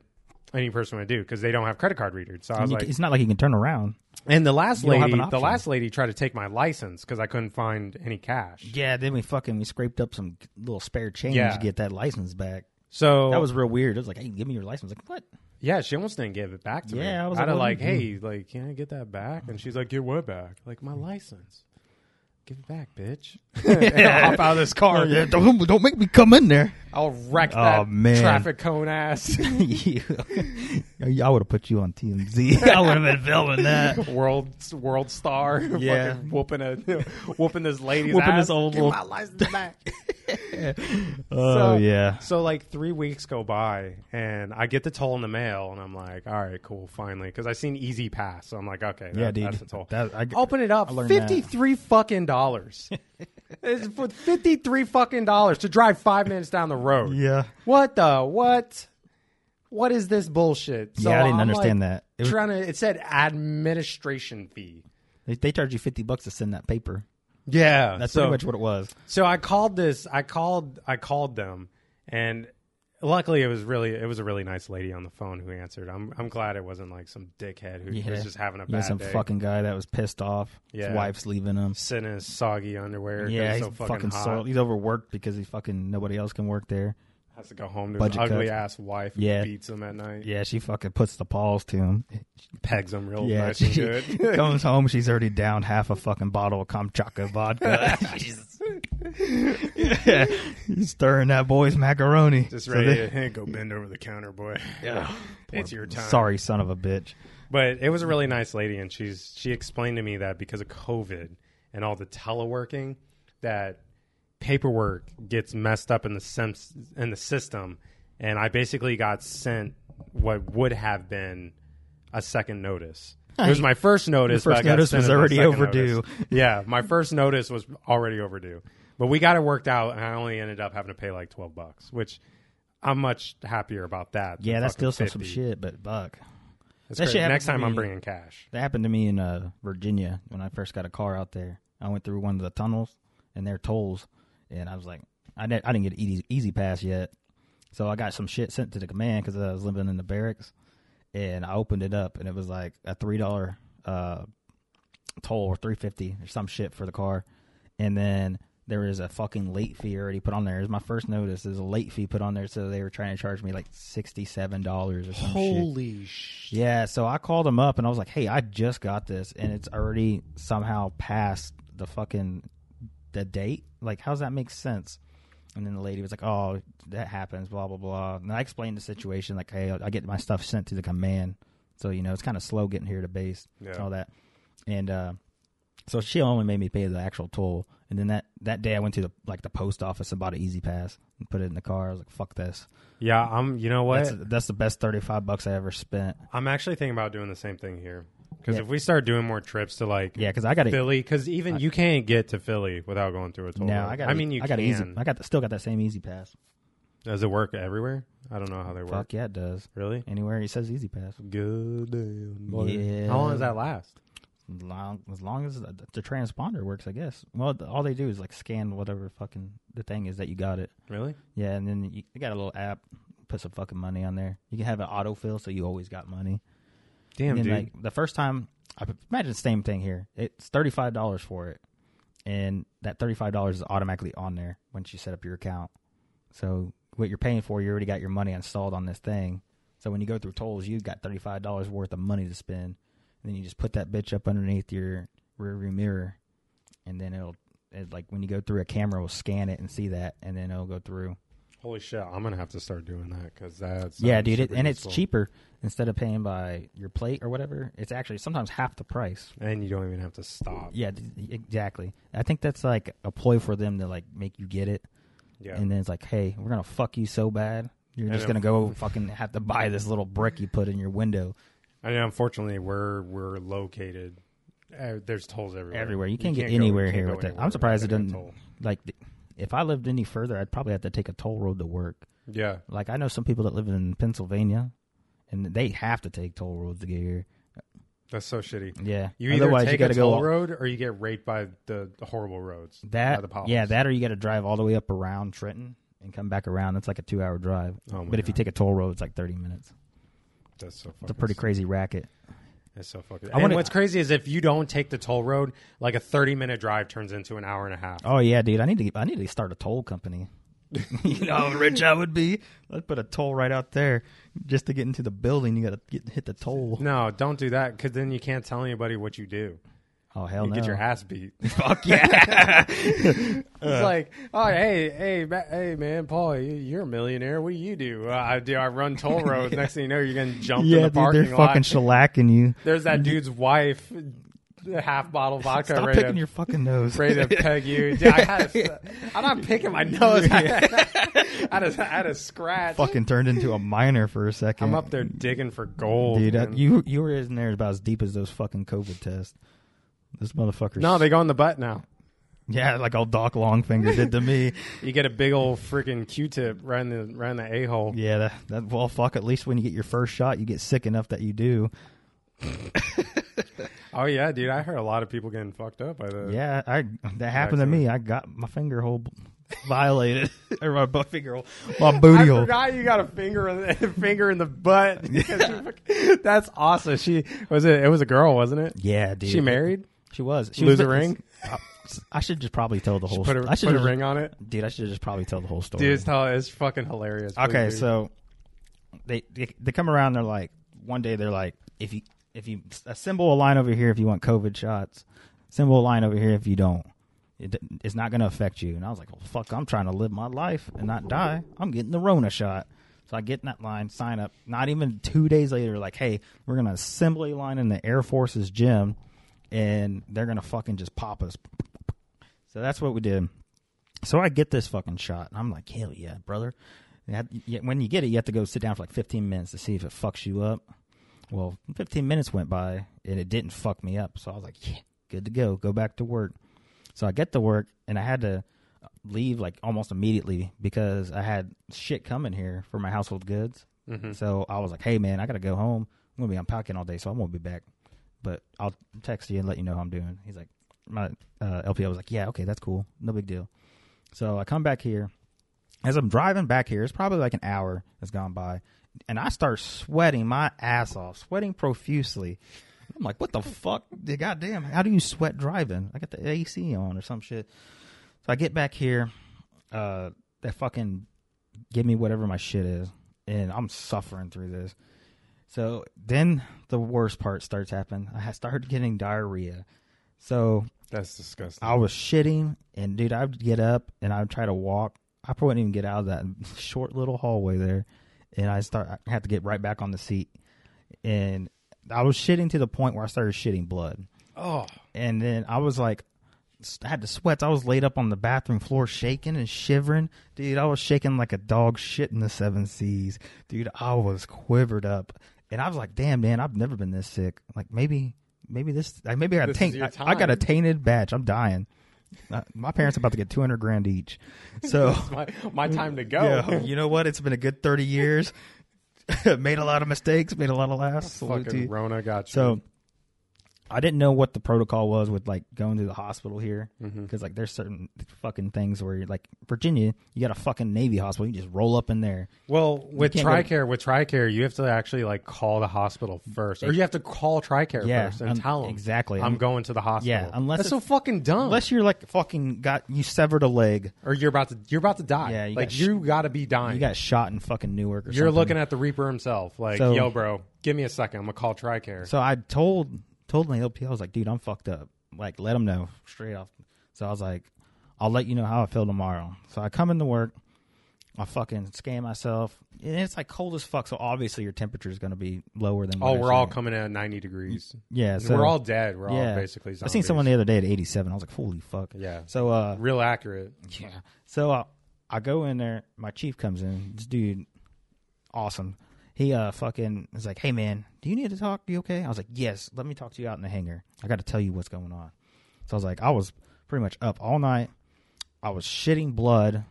any person would do because they don't have credit card readers. So I was You like, ca- it's not like you can turn around. and the last You don't have lady, an the option. last lady tried to take my license because I couldn't find any cash. Yeah, then we fucking we scraped up some little spare change Yeah. to get that license back. So That was real weird. It was like, hey, give me your license. I was like, what? yeah, she almost didn't give it back to me. Yeah, I was I'd like, have, like, what do you hey, like, can I get that back? And she's like, get what back? Like my license. Give it back, bitch. and I'll hop out of this car. don't, don't make me come in there. I'll wreck Oh, that man. traffic cone ass. You- I would have put you on TMZ. I would have been filming that. world world star. Yeah. Fucking whooping a whooping this lady's Whooping ass. this old Give little- my license back. Oh So- yeah. So like three weeks go by, and I get the toll in the mail, and I'm like, all right, cool, finally, because I seen Easy Pass, so I'm like, okay, that, Yeah, dude. that's the toll. That- I- Open it I up, learned that. fifty three fucking dollars. it's for fifty three fucking dollars to drive five minutes down the road. Yeah. What the what? What is this bullshit? So Yeah, I didn't I'm, understand like, that. It was- trying to, it said administration fee. They, they charge you fifty bucks to send that paper. Yeah, That's so, pretty much what it was. so I called this. I called. I called them, and luckily it was really it was a really nice lady on the phone who answered. I'm I'm glad it wasn't like some dickhead who Yeah. was just having a You know, bad some day, fucking guy that was pissed off. Yeah. His wife's leaving him. sitting in his soggy underwear. 'cause Yeah, it's he's so fucking, fucking hot. soiled. He's overworked because he fucking nobody else can work there. Has to go home to his Budget ugly cuts. ass wife. Who Yeah. beats him at night. Yeah, she fucking puts the paws to him. pegs him real Yeah, nice she and good. comes home. She's already down half a fucking bottle of Kamchatka vodka. She's- yeah, he's stirring that boy's macaroni. Just So ready they- to hey, go bend over the counter, boy. it's your time. Sorry, son of a bitch. But it was a really nice lady, and she's she explained to me that because of COVID and all the teleworking, that paperwork gets messed up in the sense in the system, and I basically got sent what would have been a second notice. It was my first notice. Your but first I got notice sent was it as a already second overdue. notice. yeah, my first notice was already overdue, but we got it worked out, and I only ended up having to pay like twelve bucks, which. I'm much happier about that. than Yeah, that's fucking still some, some 50. shit, but fuck. That's That great. shit happened Next to time I'm me. bringing cash. That happened to me in uh, Virginia when I first got a car out there. I went through one of the tunnels and their tolls, and I was like, I didn't, I didn't get easy, easy pass yet, so I got some shit sent to the command because I was living in the barracks, and I opened it up and it was like a three dollar uh, toll or three fifty or some shit for the car, and then there is a fucking late fee already put on there. It was my first notice. There's a late fee put on there, so they were trying to charge me like sixty seven dollars or some Oh, shit. shit. Yeah, so I called him up and I was like, "Hey, I just got this, and it's already somehow past the fucking the date. Like, how's that make sense?" And then the lady was like, "Oh, that happens, blah blah blah." And I explained the situation, like, "Hey, I get my stuff sent to the command, so you know it's kind of slow getting here to base, Yeah. and all that." And uh, so she only made me pay the actual toll. And then that that day, I went to the like the post office and bought an Easy Pass and put it in the car. I was like, "Fuck this! Yeah, I'm. You know what? That's that's the best thirty five bucks I ever spent." I'm actually thinking about doing the same thing here. Because Yeah. if we start doing more trips to like Yeah, because I got it. Philly, because even you can't get to Philly without going through a toll. No, road. I got. e- mean, you I can. got easy. I got the, still got that same easy pass. Does it work everywhere? I don't know how they work. Fuck yeah, it does. Really? Anywhere he says easy pass, Good. damn, boy. Yeah. How long does that last? long as long as the, the transponder works, I guess. Well, the, all they do is like scan whatever fucking the thing is that you got it. Really? Yeah, and then you, they got a little app. Put some fucking money on there. You can have an autofill, so you always got money. Damn, and dude. then, like the first time, I imagine the same thing here. It's thirty five dollars for it, and that thirty five dollars is automatically on there once you set up your account. So what you're paying for, you already got your money installed on this thing. So when you go through tolls, you got thirty five dollars worth of money to spend, and then you just put that bitch up underneath your rear view mirror, and then it'll it, like when you go through a camera, will scan it and see that, and then it'll go through. Holy shit! I'm gonna have to start doing that because that's Yeah, dude, it, and it's cheaper instead of paying by your plate or whatever. It's actually sometimes half the price. and you don't even have to stop. Yeah, d- exactly. I think that's like a ploy for them to like make you get it, Yeah. and then it's like, hey, we're gonna fuck you so bad, you're And just then- gonna go fucking have to buy this little brick you put in your window I mean, unfortunately, we're we're located. Uh, there's tolls everywhere. everywhere. You can't get go- anywhere can't here go with that. anywhere I'm surprised it without a doesn't. toll. Like, th- if I lived any further, I'd probably have to take a toll road to work. Yeah, Like, I know some people that live in Pennsylvania, and they have to take toll roads to get here. That's so shitty. Yeah. You either Otherwise, take you got to a toll go road or you get raped by the, the horrible roads. by that. the potholes. yeah, that or you got to drive all the way up around Trenton and come back around. That's like a two-hour drive. Oh my but if you God. take a toll road, it's like thirty minutes. that's so fucking. It's a pretty crazy racket. That's so fucking. I and wanna- what's crazy is if you don't take the toll road, like a thirty-minute drive turns into an hour and a half. Oh yeah, dude. I need to. I need to start a toll company. you know how rich I would be. Let's put a toll right out there just to get into the building. You got to get hit the toll. No, don't do that because then you can't tell anybody what you do. Oh hell You no! get your ass beat. it's Fuck yeah! Uh. like, oh hey, hey, ma- hey, man, Paul, you, you're a millionaire. What do you do? Uh, I do. I run toll roads. Next thing you know, you're gonna jump in the yeah, dude, they're parking fucking lot. shellacking you. There's that dude's wife, a half bottle vodka. Stop ready picking to- your fucking nose. afraid to peg you. Dude, I had a, I'm not picking my nose. I had a, I had a scratch. fucking turned into a miner for a second. I'm up there digging for gold. dude. I, man. you you were in there about as deep as those fucking COVID tests. Those motherfuckers. no, they go in the butt now. yeah, like old Doc Longfinger did to me. You get a big old freaking Q-tip right in the right in the a hole. Yeah, that, that well, fuck. At least when you get your first shot, you get sick enough that you do. Oh yeah, dude. I heard a lot of people getting fucked up by the. Yeah, I that happened to me. I got my finger hole b- violated, or my butt finger hole, my I booty hole. forgot you got a finger in the, finger in the butt. That's awesome. She was it. It was a girl, wasn't it? Yeah, dude. She married. She was. She Lose a was ring. I, I should just probably tell the whole. Put a, sto- I should put a just- ring on it. dude. I should just probably tell the whole story. Dude, it's, tell- it's fucking hilarious. Please okay, do. so they, they they come around. They're like, one day they're like, if you if you assemble a line over here if you want COVID shots, assemble a line over here if you don't. It, d- it's not going to affect you. And I was like, well, fuck, I'm trying to live my life and not die. I'm getting the Rona shot. So I get in that line, sign up. Not even two days later, like, hey, we're going to assemble a line in the Air Force's gym, and they're going to fucking just pop us. So that's what we did. So I get this fucking shot, and I'm like, hell yeah, brother. You have- you- When you get it, you have to go sit down for like 15 minutes to see if it fucks you up. Well, 15 minutes went by, and it didn't fuck me up. So I was like, yeah, good to go. Go back to work. So I get to work, and I had to uh, leave like almost immediately because I had shit coming here for my household goods. So I was like, hey, man, I got to go home. I'm going to be unpacking all day, so I won't be back. But I'll text you and let you know how I'm doing. He's like, my uh, LPO was like, yeah, okay, that's cool. No big deal. So I come back here. As I'm driving back here, it's probably like an hour has gone by, and I start sweating my ass off, sweating profusely. I'm like, what the fuck? Goddamn, how do you sweat driving? I got the AC on or some shit. So I get back here. Uh, they fucking give me whatever my shit is, and I'm suffering through this. So then the worst part starts happening. I started getting diarrhea. So that's disgusting. I was shitting, and dude, I would get up and I would try to walk. I probably wouldn't even get out of that short little hallway there, and I start. I had to get right back on the seat, and I was shitting to the point where I started shitting blood, Oh, and then I was like, I had the sweats. I was laid up on the bathroom floor, shaking and shivering, dude. I was shaking like a dog shit in the seven seas, dude. I was quivered up, and I was like, damn, man, I've never been this sick. Like maybe. Maybe this, like, maybe I This is taint, your I, I got time. a tainted batch. I'm dying. Uh, my parents are about to get 200 grand each. So, my, my time to go. yeah, you know what? It's been a good 30 years. made a lot of mistakes, made a lot of laughs. Salute to Fucking you. Rona got you. So I didn't know what the protocol was with like going to the hospital here because Mm-hmm. like there's certain fucking things where you're like Virginia, you got a fucking Navy hospital, you just roll up in there. well, with can't go Tricare, with Tricare, you have to actually like call the hospital first, or you have to call Tricare Yeah, first and um, tell them exactly. I'm going to the hospital. Yeah, unless that's so it's- fucking dumb. Unless you're like fucking got you severed a leg, or you're about to you're about to die. Yeah, you like got sh- you got to be dying. you got shot in fucking Newark or you're something. looking at the Reaper himself. Like, So- yo, bro, give me a second. I'm gonna call Tricare. So I told told my LP, I was like, dude, I'm fucked up. Like, let them know straight off. So I was like, I'll let you know how I feel tomorrow. So I come into work, I fucking scan myself, and it's like cold as fuck. So obviously your temperature is going to be lower than. what oh, I we're all said. coming in at 90 degrees. yeah. Mm, So we're all dead. We're yeah. all basically. Zombies. I seen someone the other day at 87. I was like, holy fuck. Yeah. So uh, real accurate. yeah. So uh, I go in there. My chief comes in. This dude, awesome. He uh fucking is like, hey man, do you need to talk? You okay? I was like, yes. Let me talk to you out in the hangar. I got to tell you what's going on. So I was like, I was pretty much up all night. I was shitting blood.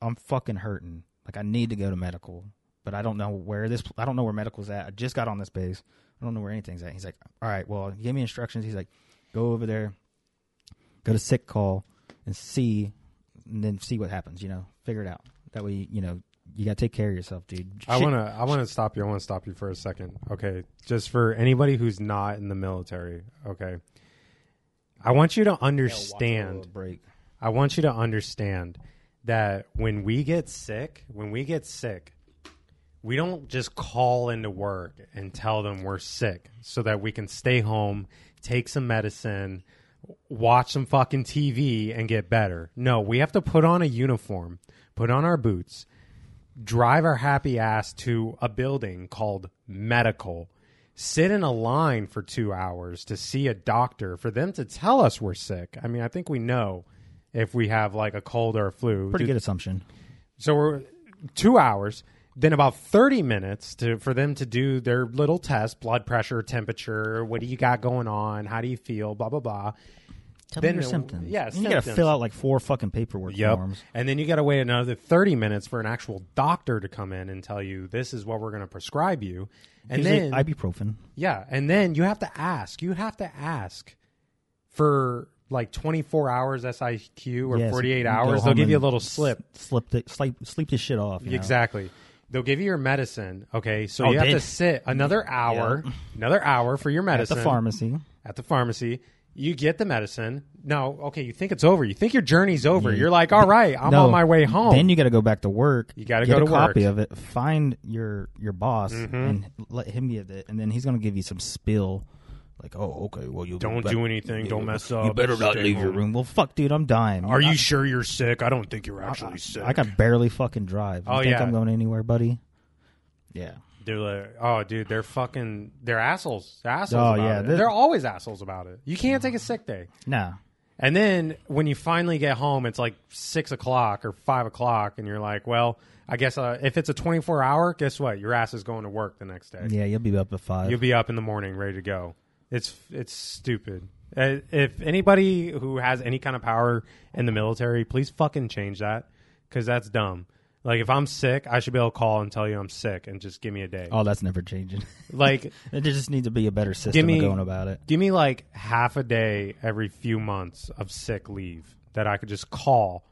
I'm fucking hurting. Like I need to go to medical. but I don't know where this. I don't know where medical's at. I just got on this base. I don't know where anything's at. He's like, all right, well, he gave me instructions. He's like, go over there, go to sick call, and see, and then see what happens. You know, figure it out. That way, you know, you gotta take care of yourself, dude. I Shit. want to I want to stop you. I want to stop you for a second. Okay. Just for anybody who's not in the military, okay. I want you to understand. break. I want you to understand that when we get sick, when we get sick, we don't just call into work and tell them we're sick so that we can stay home, take some medicine, watch some fucking TV and get better. No, we have to put on a uniform, put on our boots, drive our happy ass to a building called medical, sit in a line for two hours to see a doctor for them to tell us we're sick. I mean, I think we know if we have like a cold or a flu. Pretty Do- good assumption. so we're two hours, then about thirty minutes to for them to do their little test, blood pressure, temperature, what do you got going on, how do you feel, blah blah blah. Tell Then me it- your symptoms. yeah, And you gotta symptoms. fill out like four fucking paperwork Yep. forms. And then you got to wait another 30 minutes for an actual doctor to come in and tell you this is what we're going to prescribe you. And Usually then ibuprofen. yeah, and then you have to ask. You have to ask for like 24 hours SIQ or Yes, 48 go hours. They'll home give you a and little slip. s- slip the sleep, sleep this shit off. you know? Exactly. They'll give you your medicine, okay? So Oh, you have did- to sit another hour, another hour for your At medicine the pharmacy. at the pharmacy. You get the medicine. No, okay, you think it's over. You think your journey's over. Yeah. You're like, "All right, I'm No. on my way home." Then you got to go back to work. You gotta get go a to copy work. Mm-hmm. of it. Find your your boss and let him get it, and then he's gonna give you some spill. Like, oh, okay, well you Don't bet- do anything. Don't mess up. You better not Stay leave your home. room. Well, fuck, dude, I'm dying. Are I, you sure you're sick? I don't think you're actually sick. I can barely fucking drive. You Oh, think yeah. I'm going anywhere, buddy? Yeah. They're like, oh, dude, they're fucking, they're assholes. They're assholes. Oh, about yeah, it. this- they're always assholes about it. You can't take a sick day. Nah. And then when you finally get home, it's like six o'clock or five o'clock, and you're like, well, I guess uh, if it's a 24 hour, guess what? Your ass is going to work the next day. Yeah, you'll be up at five. You'll be up in the morning, ready to go. It's it's stupid. Uh, If anybody who has any kind of power in the military, please fucking change that because that's dumb. Like if I'm sick, I should be able to call and tell you I'm sick and just give me a day. oh, that's never changing. Like There just needs to be a better system me- of going about it. give me like half a day every few months of sick leave that I could just call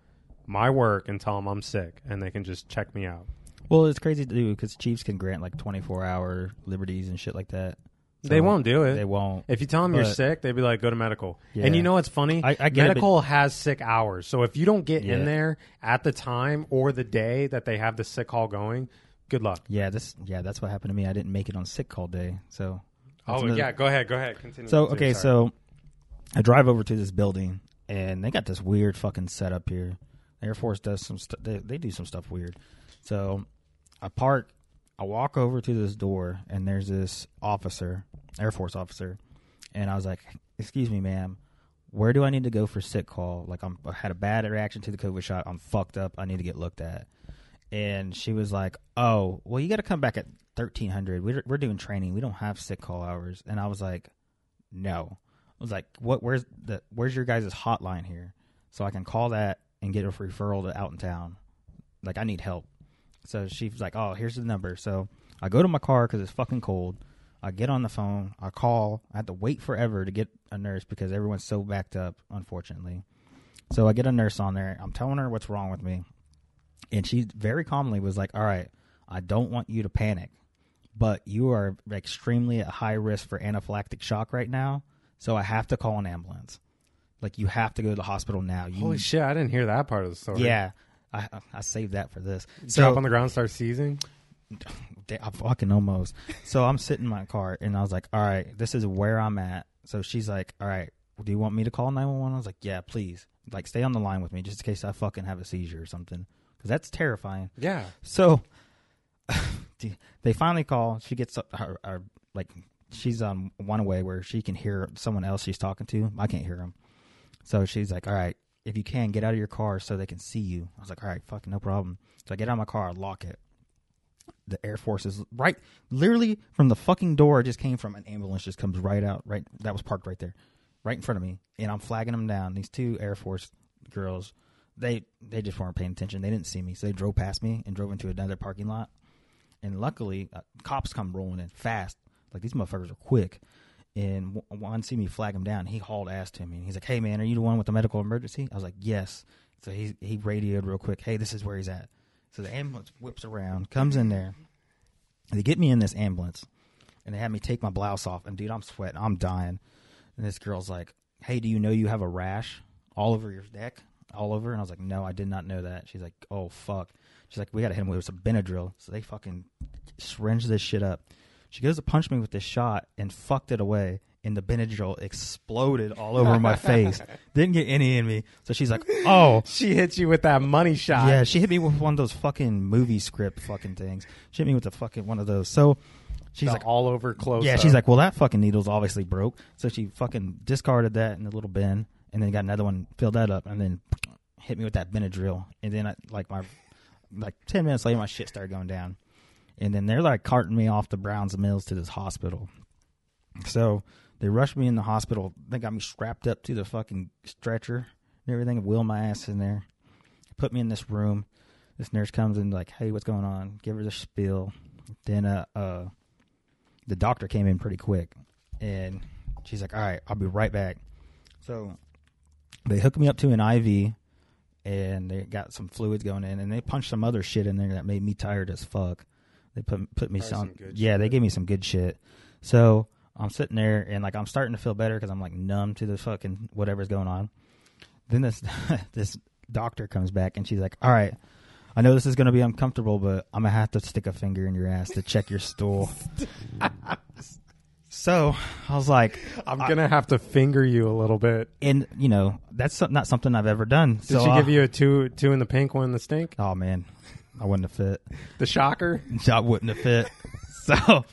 my work and tell them I'm sick and they can just check me out. Well, it's crazy to do because Chiefs can grant like 24 hour liberties and shit like that. They So won't do it. They won't. If you tell them you're But- sick, they'd be like, "Go to medical." Yeah. And you know what's funny? I- I get it, medical has sick hours, so if you don't get Yeah. in there at the time or the day that they have the sick hall going, good luck. yeah, this. Yeah, that's what happened to me. I didn't make it on sick call day. So. that's Oh another- yeah, go ahead, go ahead, continue. So continue, okay, sorry. so I drive over to this building and they got this weird fucking setup here. Air Force does some stuff. They, they do some stuff weird. So I park. I walk over to this door and there's this officer, Air Force officer, and I was like, "Excuse me, ma'am." Where do I need to go for sick call? Like I'm, I had a bad reaction to the COVID shot. I'm fucked up. I need to get looked at. And she was like, "Oh, well, you got to come back at 1300. We're we're doing training. We don't have sick call hours." And I was like, no. I was like, what? Where's the? Where's your guys' hotline here, so I can call that and get a referral to out in town. Like, I need help. So she was like, oh, here's the number. So I go to my car because it's fucking cold. I get on the phone. I call. I have to wait forever to get a nurse because everyone's so backed up, unfortunately. So I get a nurse on there. I'm telling her what's wrong with me, and she very calmly was like, "All right, I don't want you to panic." but you are extremely at high risk for anaphylactic shock right now. So I have to call an ambulance. Like you have to go to the hospital now. You, holy shit, I didn't hear that part of the story. Yeah, I, I saved that for this. drop So on the ground, start seizing. da- I fucking almost. So I'm sitting in my car and I was like, all right, this is where I'm at. So she's like, all right, do you want me to call 911? I was like, yeah, please. Like stay on the line with me just in case I fucking have a seizure or something because that's terrifying. Yeah, So dude, they finally call. She gets up- her, her like she's on one way where she can hear someone else she's talking to. I can't hear them. So she's like, "All right, if you can get out of your car so they can see you." I was like, "All right, fucking no problem." So I get out of my car, I lock it. The Air Force is right, literally from the fucking door. I just came from an ambulance. Just comes right out, right that was parked right there, right in front of me, and I'm flagging them down. These two Air Force girls, they they just weren't paying attention. They didn't see me, so they drove past me and drove into another parking lot And luckily, uh, cops come rolling in fast. Like these motherfuckers are quick. And w- one see me flag him down. He hauled ass to me. And he's like, "Hey man, are you the one with the medical emergency?" I was like, "Yes." So he he radioed real quick. Hey, this is where he's at. So the ambulance whips around, comes in there. They get me in this ambulance, and they have me take my blouse off. And dude, I'm sweating. I'm dying. And this girl's like, "Hey, do you know you have a rash all over your neck, all over?" And I was like, "No, I did not know that." She's like, "Oh fuck." She's like, "We gotta hit him with some Benadryl." So they fucking syringe this shit up. She goes to punch me with this shot and fucked it away. And the Benadryl exploded all over my face. Didn't get any in me. So she's like, "Oh." She hits you with that money shot. Yeah, she hit me with one of those fucking movie script fucking things. She hit me with the fucking one of those. So she's the like, all over close. yeah, she's like, well, that fucking needle's obviously broke. So she fucking discarded that in a little bin, and then got another one, filled that up, and then hit me with that Benadryl, and then I, like my like ten minutes later, my shit started going down, and then they're like carting me off to Browns Mills to this hospital. So they rushed me in the hospital. They got me strapped up to the fucking stretcher and everything, and wheeled my ass in there. Put me in this room. This nurse comes in like, hey, what's going on? Give her the spiel. Then uh, uh the doctor came in pretty quick and she's like, All right, I'll be right back. So they hooked me up to an IV and they got some fluids going in and they punched some other shit in there that made me tired as fuck. They put put Probably me some, some good yeah, they shit. gave me some good shit. So I'm sitting there and like I'm starting to feel better because I'm like numb to the fucking whatever's going on. Then this this doctor comes back and she's like, "All right, I know this is going to be uncomfortable, but I'm gonna have to stick a finger in your ass to check your stool." so I was like, I'm gonna have to finger you a little bit. and you know, that's so- not something I've ever done. Did she give you a two, two in the pink, one in the stink? Oh man, I wouldn't have fit. The shocker. I wouldn't have fit. So.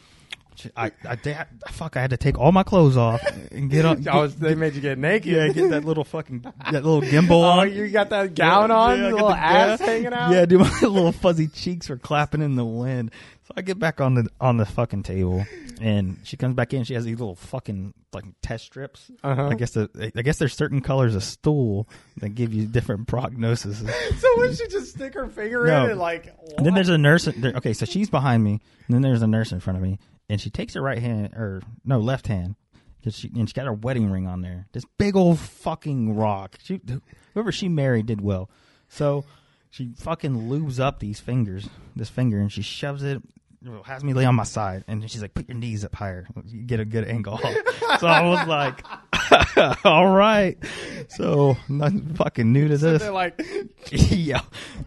I, I, da- fuck! I had to take all my clothes off and get on. I was. They made you get naked. yeah, get that little fucking that little gimbal Oh, on. you got that gown on, Yeah, I your got little the ass gas. hanging out. Yeah, dude, my little fuzzy cheeks were clapping in the wind. So I get back on the on the fucking table, and she comes back in. She has these little fucking like test strips. Uh-huh. I guess the, I guess there's certain colors of stool that give you different prognoses. So would she just stick her finger No. in and like? And then there's a nurse. There, okay, so she's behind me, and then there's a nurse in front of me, and she takes her right hand or no left hand, 'cause she and she got her wedding ring on there. This big old fucking rock. She, whoever she married did well. So she fucking lubes up these fingers, this finger, and she shoves it. Has me lay on my side, and she's like, "Put your knees up higher. You get a good angle." so I was like, "All right." So nothing fucking new to this They're like, yeah,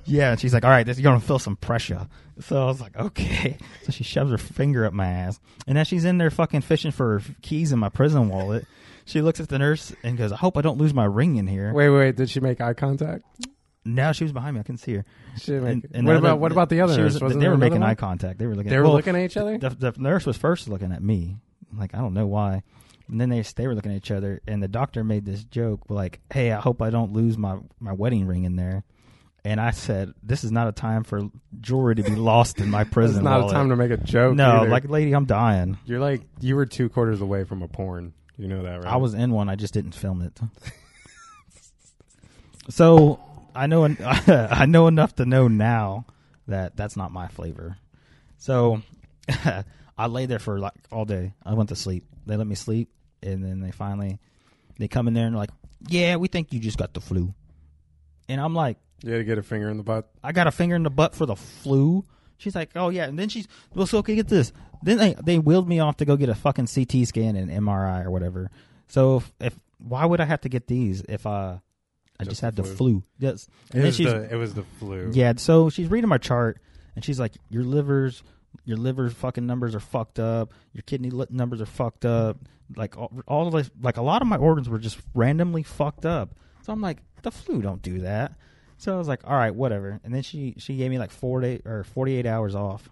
yeah. And she's like, "All right, this, you're gonna feel some pressure." So I was like, "Okay." So she shoves her finger up my ass, and as she's in there fucking fishing for her keys in my prison wallet, she looks at the nurse and goes, "I hope I don't lose my ring in here." wait, wait. Did she make eye contact? Now she was behind me; I couldn't see her. She didn't make, And- and what the about other- what about the other? she was- nurse? Wasn't they there were another making one? eye contact. They were looking. They were well, looking at each other. the, the nurse was first looking at me, like I don't know why. And then they they were looking at each other, and the doctor made this joke, like, "Hey, I hope I don't lose my my wedding ring in there." And I said, "This is not a time for jewelry to be lost in my It's prison." not wallet." a time to make a joke. No, either. like, lady, I'm dying. you're like you were two quarters away from a porn. You know that, right? I was in one. I just didn't film it. so I know en- I know enough to know now that that's not my flavor. So I lay there for like all day. I went to sleep. They let me sleep, and then they finally they come in there and they're like, "Yeah, we think you just got the flu." And I'm like, You had to get a finger in the butt. I got a finger in the butt for the flu. She's like, oh yeah, and then she's well, so okay, get this. Then they they wheeled me off to go get a fucking CT scan and MRI or whatever. So if, if why would I have to get these if uh, I just, Just the had the flu. flu? Yes, and It then was, she's the, it was the flu. yeah. So she's reading my chart and she's like, your livers, your liver fucking numbers are fucked up. Your kidney li- numbers are fucked up. Like all, all of this, like a lot of my organs were just randomly fucked up. So I'm like, the flu don't do that. So I was like, all right, whatever. And then she she gave me like four day or 48 hours off,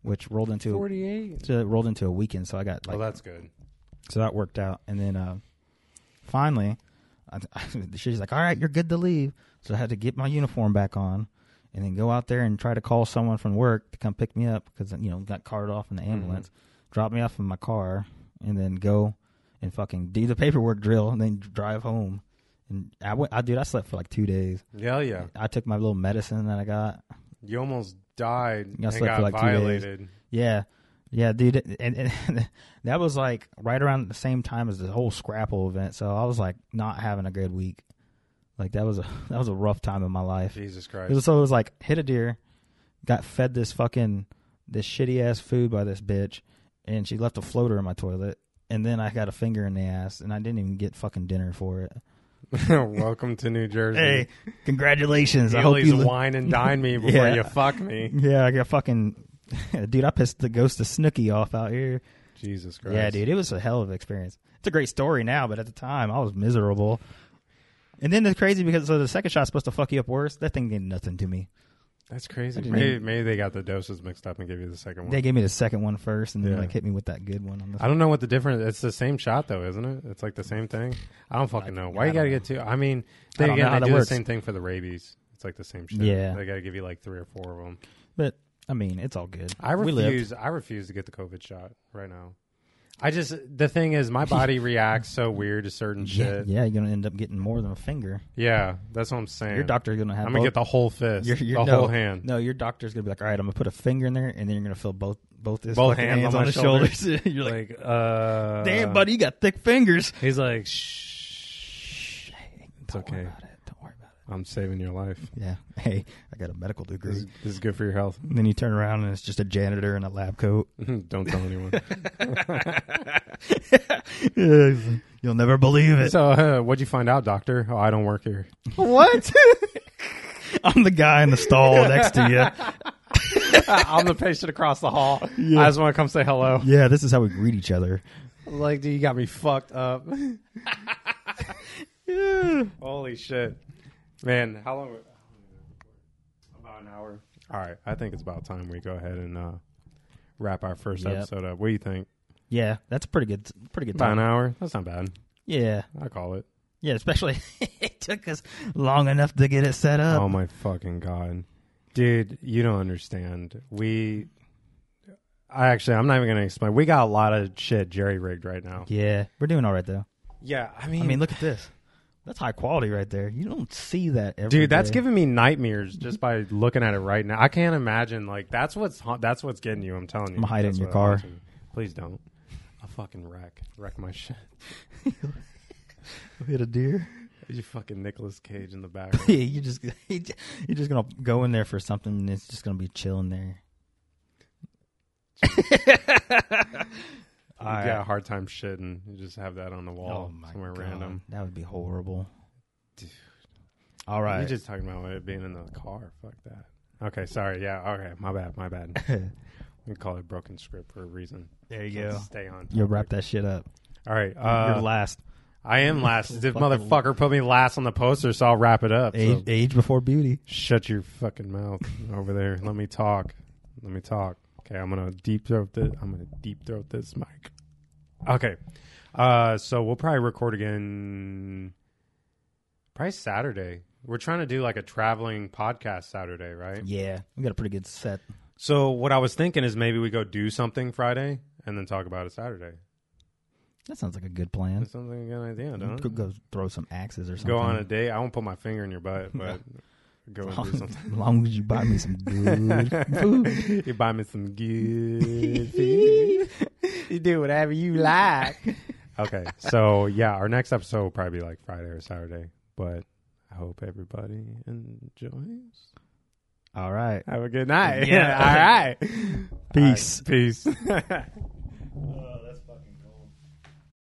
which rolled into Forty-eight. to, rolled into a weekend. So I got like oh, that's good. so that worked out. And then uh, finally, I, she's like, "All right, you're good to leave." So I had to get my uniform back on, and then go out there and try to call someone from work to come pick me up because you know got carted off in the ambulance, drop me off in my car, and then go and fucking do the paperwork drill and then drive home. And I went, I dude, I slept for like two days. Yeah, yeah. I took my little medicine that I got. You almost died got and slept got for, like, two days. violated. Yeah, yeah, dude, it- and, and that was like right around the same time as the whole Scrapple event. So I was like not having a good week. Like that was a that was a rough time in my life. Jesus It Christ. was- so it was like hit a deer, got fed this fucking this shitty ass food by this bitch, and she left a floater in my toilet. And then I got a finger in the ass, and I didn't even get fucking dinner for it. Welcome to New Jersey. Hey, congratulations! I hope Healy's you. li- wine and dine me before Yeah. you fuck me. yeah, I got fucking dude. I pissed the ghost of Snooky off out here. Jesus Christ. Yeah, dude, it was a hell of an experience. It's a great story now, but at the time, I was miserable. And then it's crazy because so the second shot's supposed to fuck you up worse. That thing did nothing to me. That's crazy. What do you Maybe, maybe they got the doses mixed up and gave you the second one. They gave me the second one first, and then Yeah. like hit me with that good one on the. I don't know what the difference. It's the same shot though, isn't it? It's like the same thing. I don't fucking know. Why I you don't gotta know. get two? I mean, I they, don't know again, how they that do works. the same thing for the rabies. It's like the same shit. Yeah. they gotta give you like three or four of them. But I mean, it's all good. I We lived. refuse. I refuse to get the COVID shot right now. I just the thing is, my body reacts so weird to certain Yeah, shit. Yeah, yeah, you're gonna end up getting more than a finger. that's what I'm saying. Your doctor's gonna have. I'm gonna both- get the whole fist, your- your- the no, whole hand. No, your doctor's gonna be like, all right, I'm gonna put a finger in there, and then you're gonna feel both both his Both fucking hands on my his shoulders. you're like, Like, uh, damn, buddy, you got thick fingers. He's like, shh. Hey, It's don't worry okay. about it. Don't worry about I'm saving your life. it. Yeah. Hey, I got a medical This is, degree. this is good for your health. And then you turn around and it's just a janitor in a lab coat. Don't tell anyone. You'll never believe it. so, uh, what'd you find out, doctor? Oh, I don't work here. what? I'm the guy in the stall next to you. I'm the patient across the hall. I just want to come say hello. Yeah, this is how we greet each other. Like, dude, you got me fucked up. Holy shit, man! How long? About an hour. All right, I think it's about time we go ahead and uh, wrap our first Yep. episode up. What do you think? Yeah, that's a pretty good, pretty good About an time. hour? That's not bad. Yeah, I call it. yeah. Especially it took us long enough to get it set up. Oh my fucking god, dude! You don't understand. We, I actually, I'm not even gonna explain. We got a lot of shit jerry rigged right now. yeah, we're doing all right though. Yeah, I mean, look at this. That's high quality right there. You don't see that every dude, that's day. giving me nightmares just by looking at it right now. I can't imagine. Like that's what's ha- that's what's getting you. I'm telling you. I'm hiding That's in your what I'm car. watching. Please don't. I fucking wreck wreck my shit. hit a deer. You fucking Nicolas Cage in the back. Yeah, you just you're just gonna go in there for something, and it's just gonna be chilling there. you got a hard time shitting. You just have that on the Oh wall somewhere random. That would be horrible. Dude. All right. You're just talking about it being in the car. Fuck that. Okay, sorry. Yeah. Okay, my bad. My bad. We call it broken script for a reason. there you Let's go. Stay on. You'll wrap that shit up. All right. You're Uh, last. I am last. This Fucking- motherfucker put me last on the poster, so I'll wrap it up. so- Age, age before beauty. Shut your fucking mouth over there. Let me talk. Let me talk. Okay, I'm gonna deep throat this. I'm gonna deep throat this mic. Okay, uh, so we'll probably record again. Probably Saturday. We're trying to do like a traveling podcast Saturday, right? Yeah, we got a pretty good set. So what I was thinking is maybe we go do something Friday and then talk about it Saturday. That sounds like a good plan. That's something a good idea, You don't Could it? go throw some axes or something. Go on a date. I won't put my finger in your butt, but go and do something. As long as you buy me some good food. you buy me some good food. you do whatever you like. Okay, so yeah, our next episode will probably be like Friday or Saturday, but I hope everybody enjoys. All right. Have a good night. Yeah. All right. Peace. All right. Peace.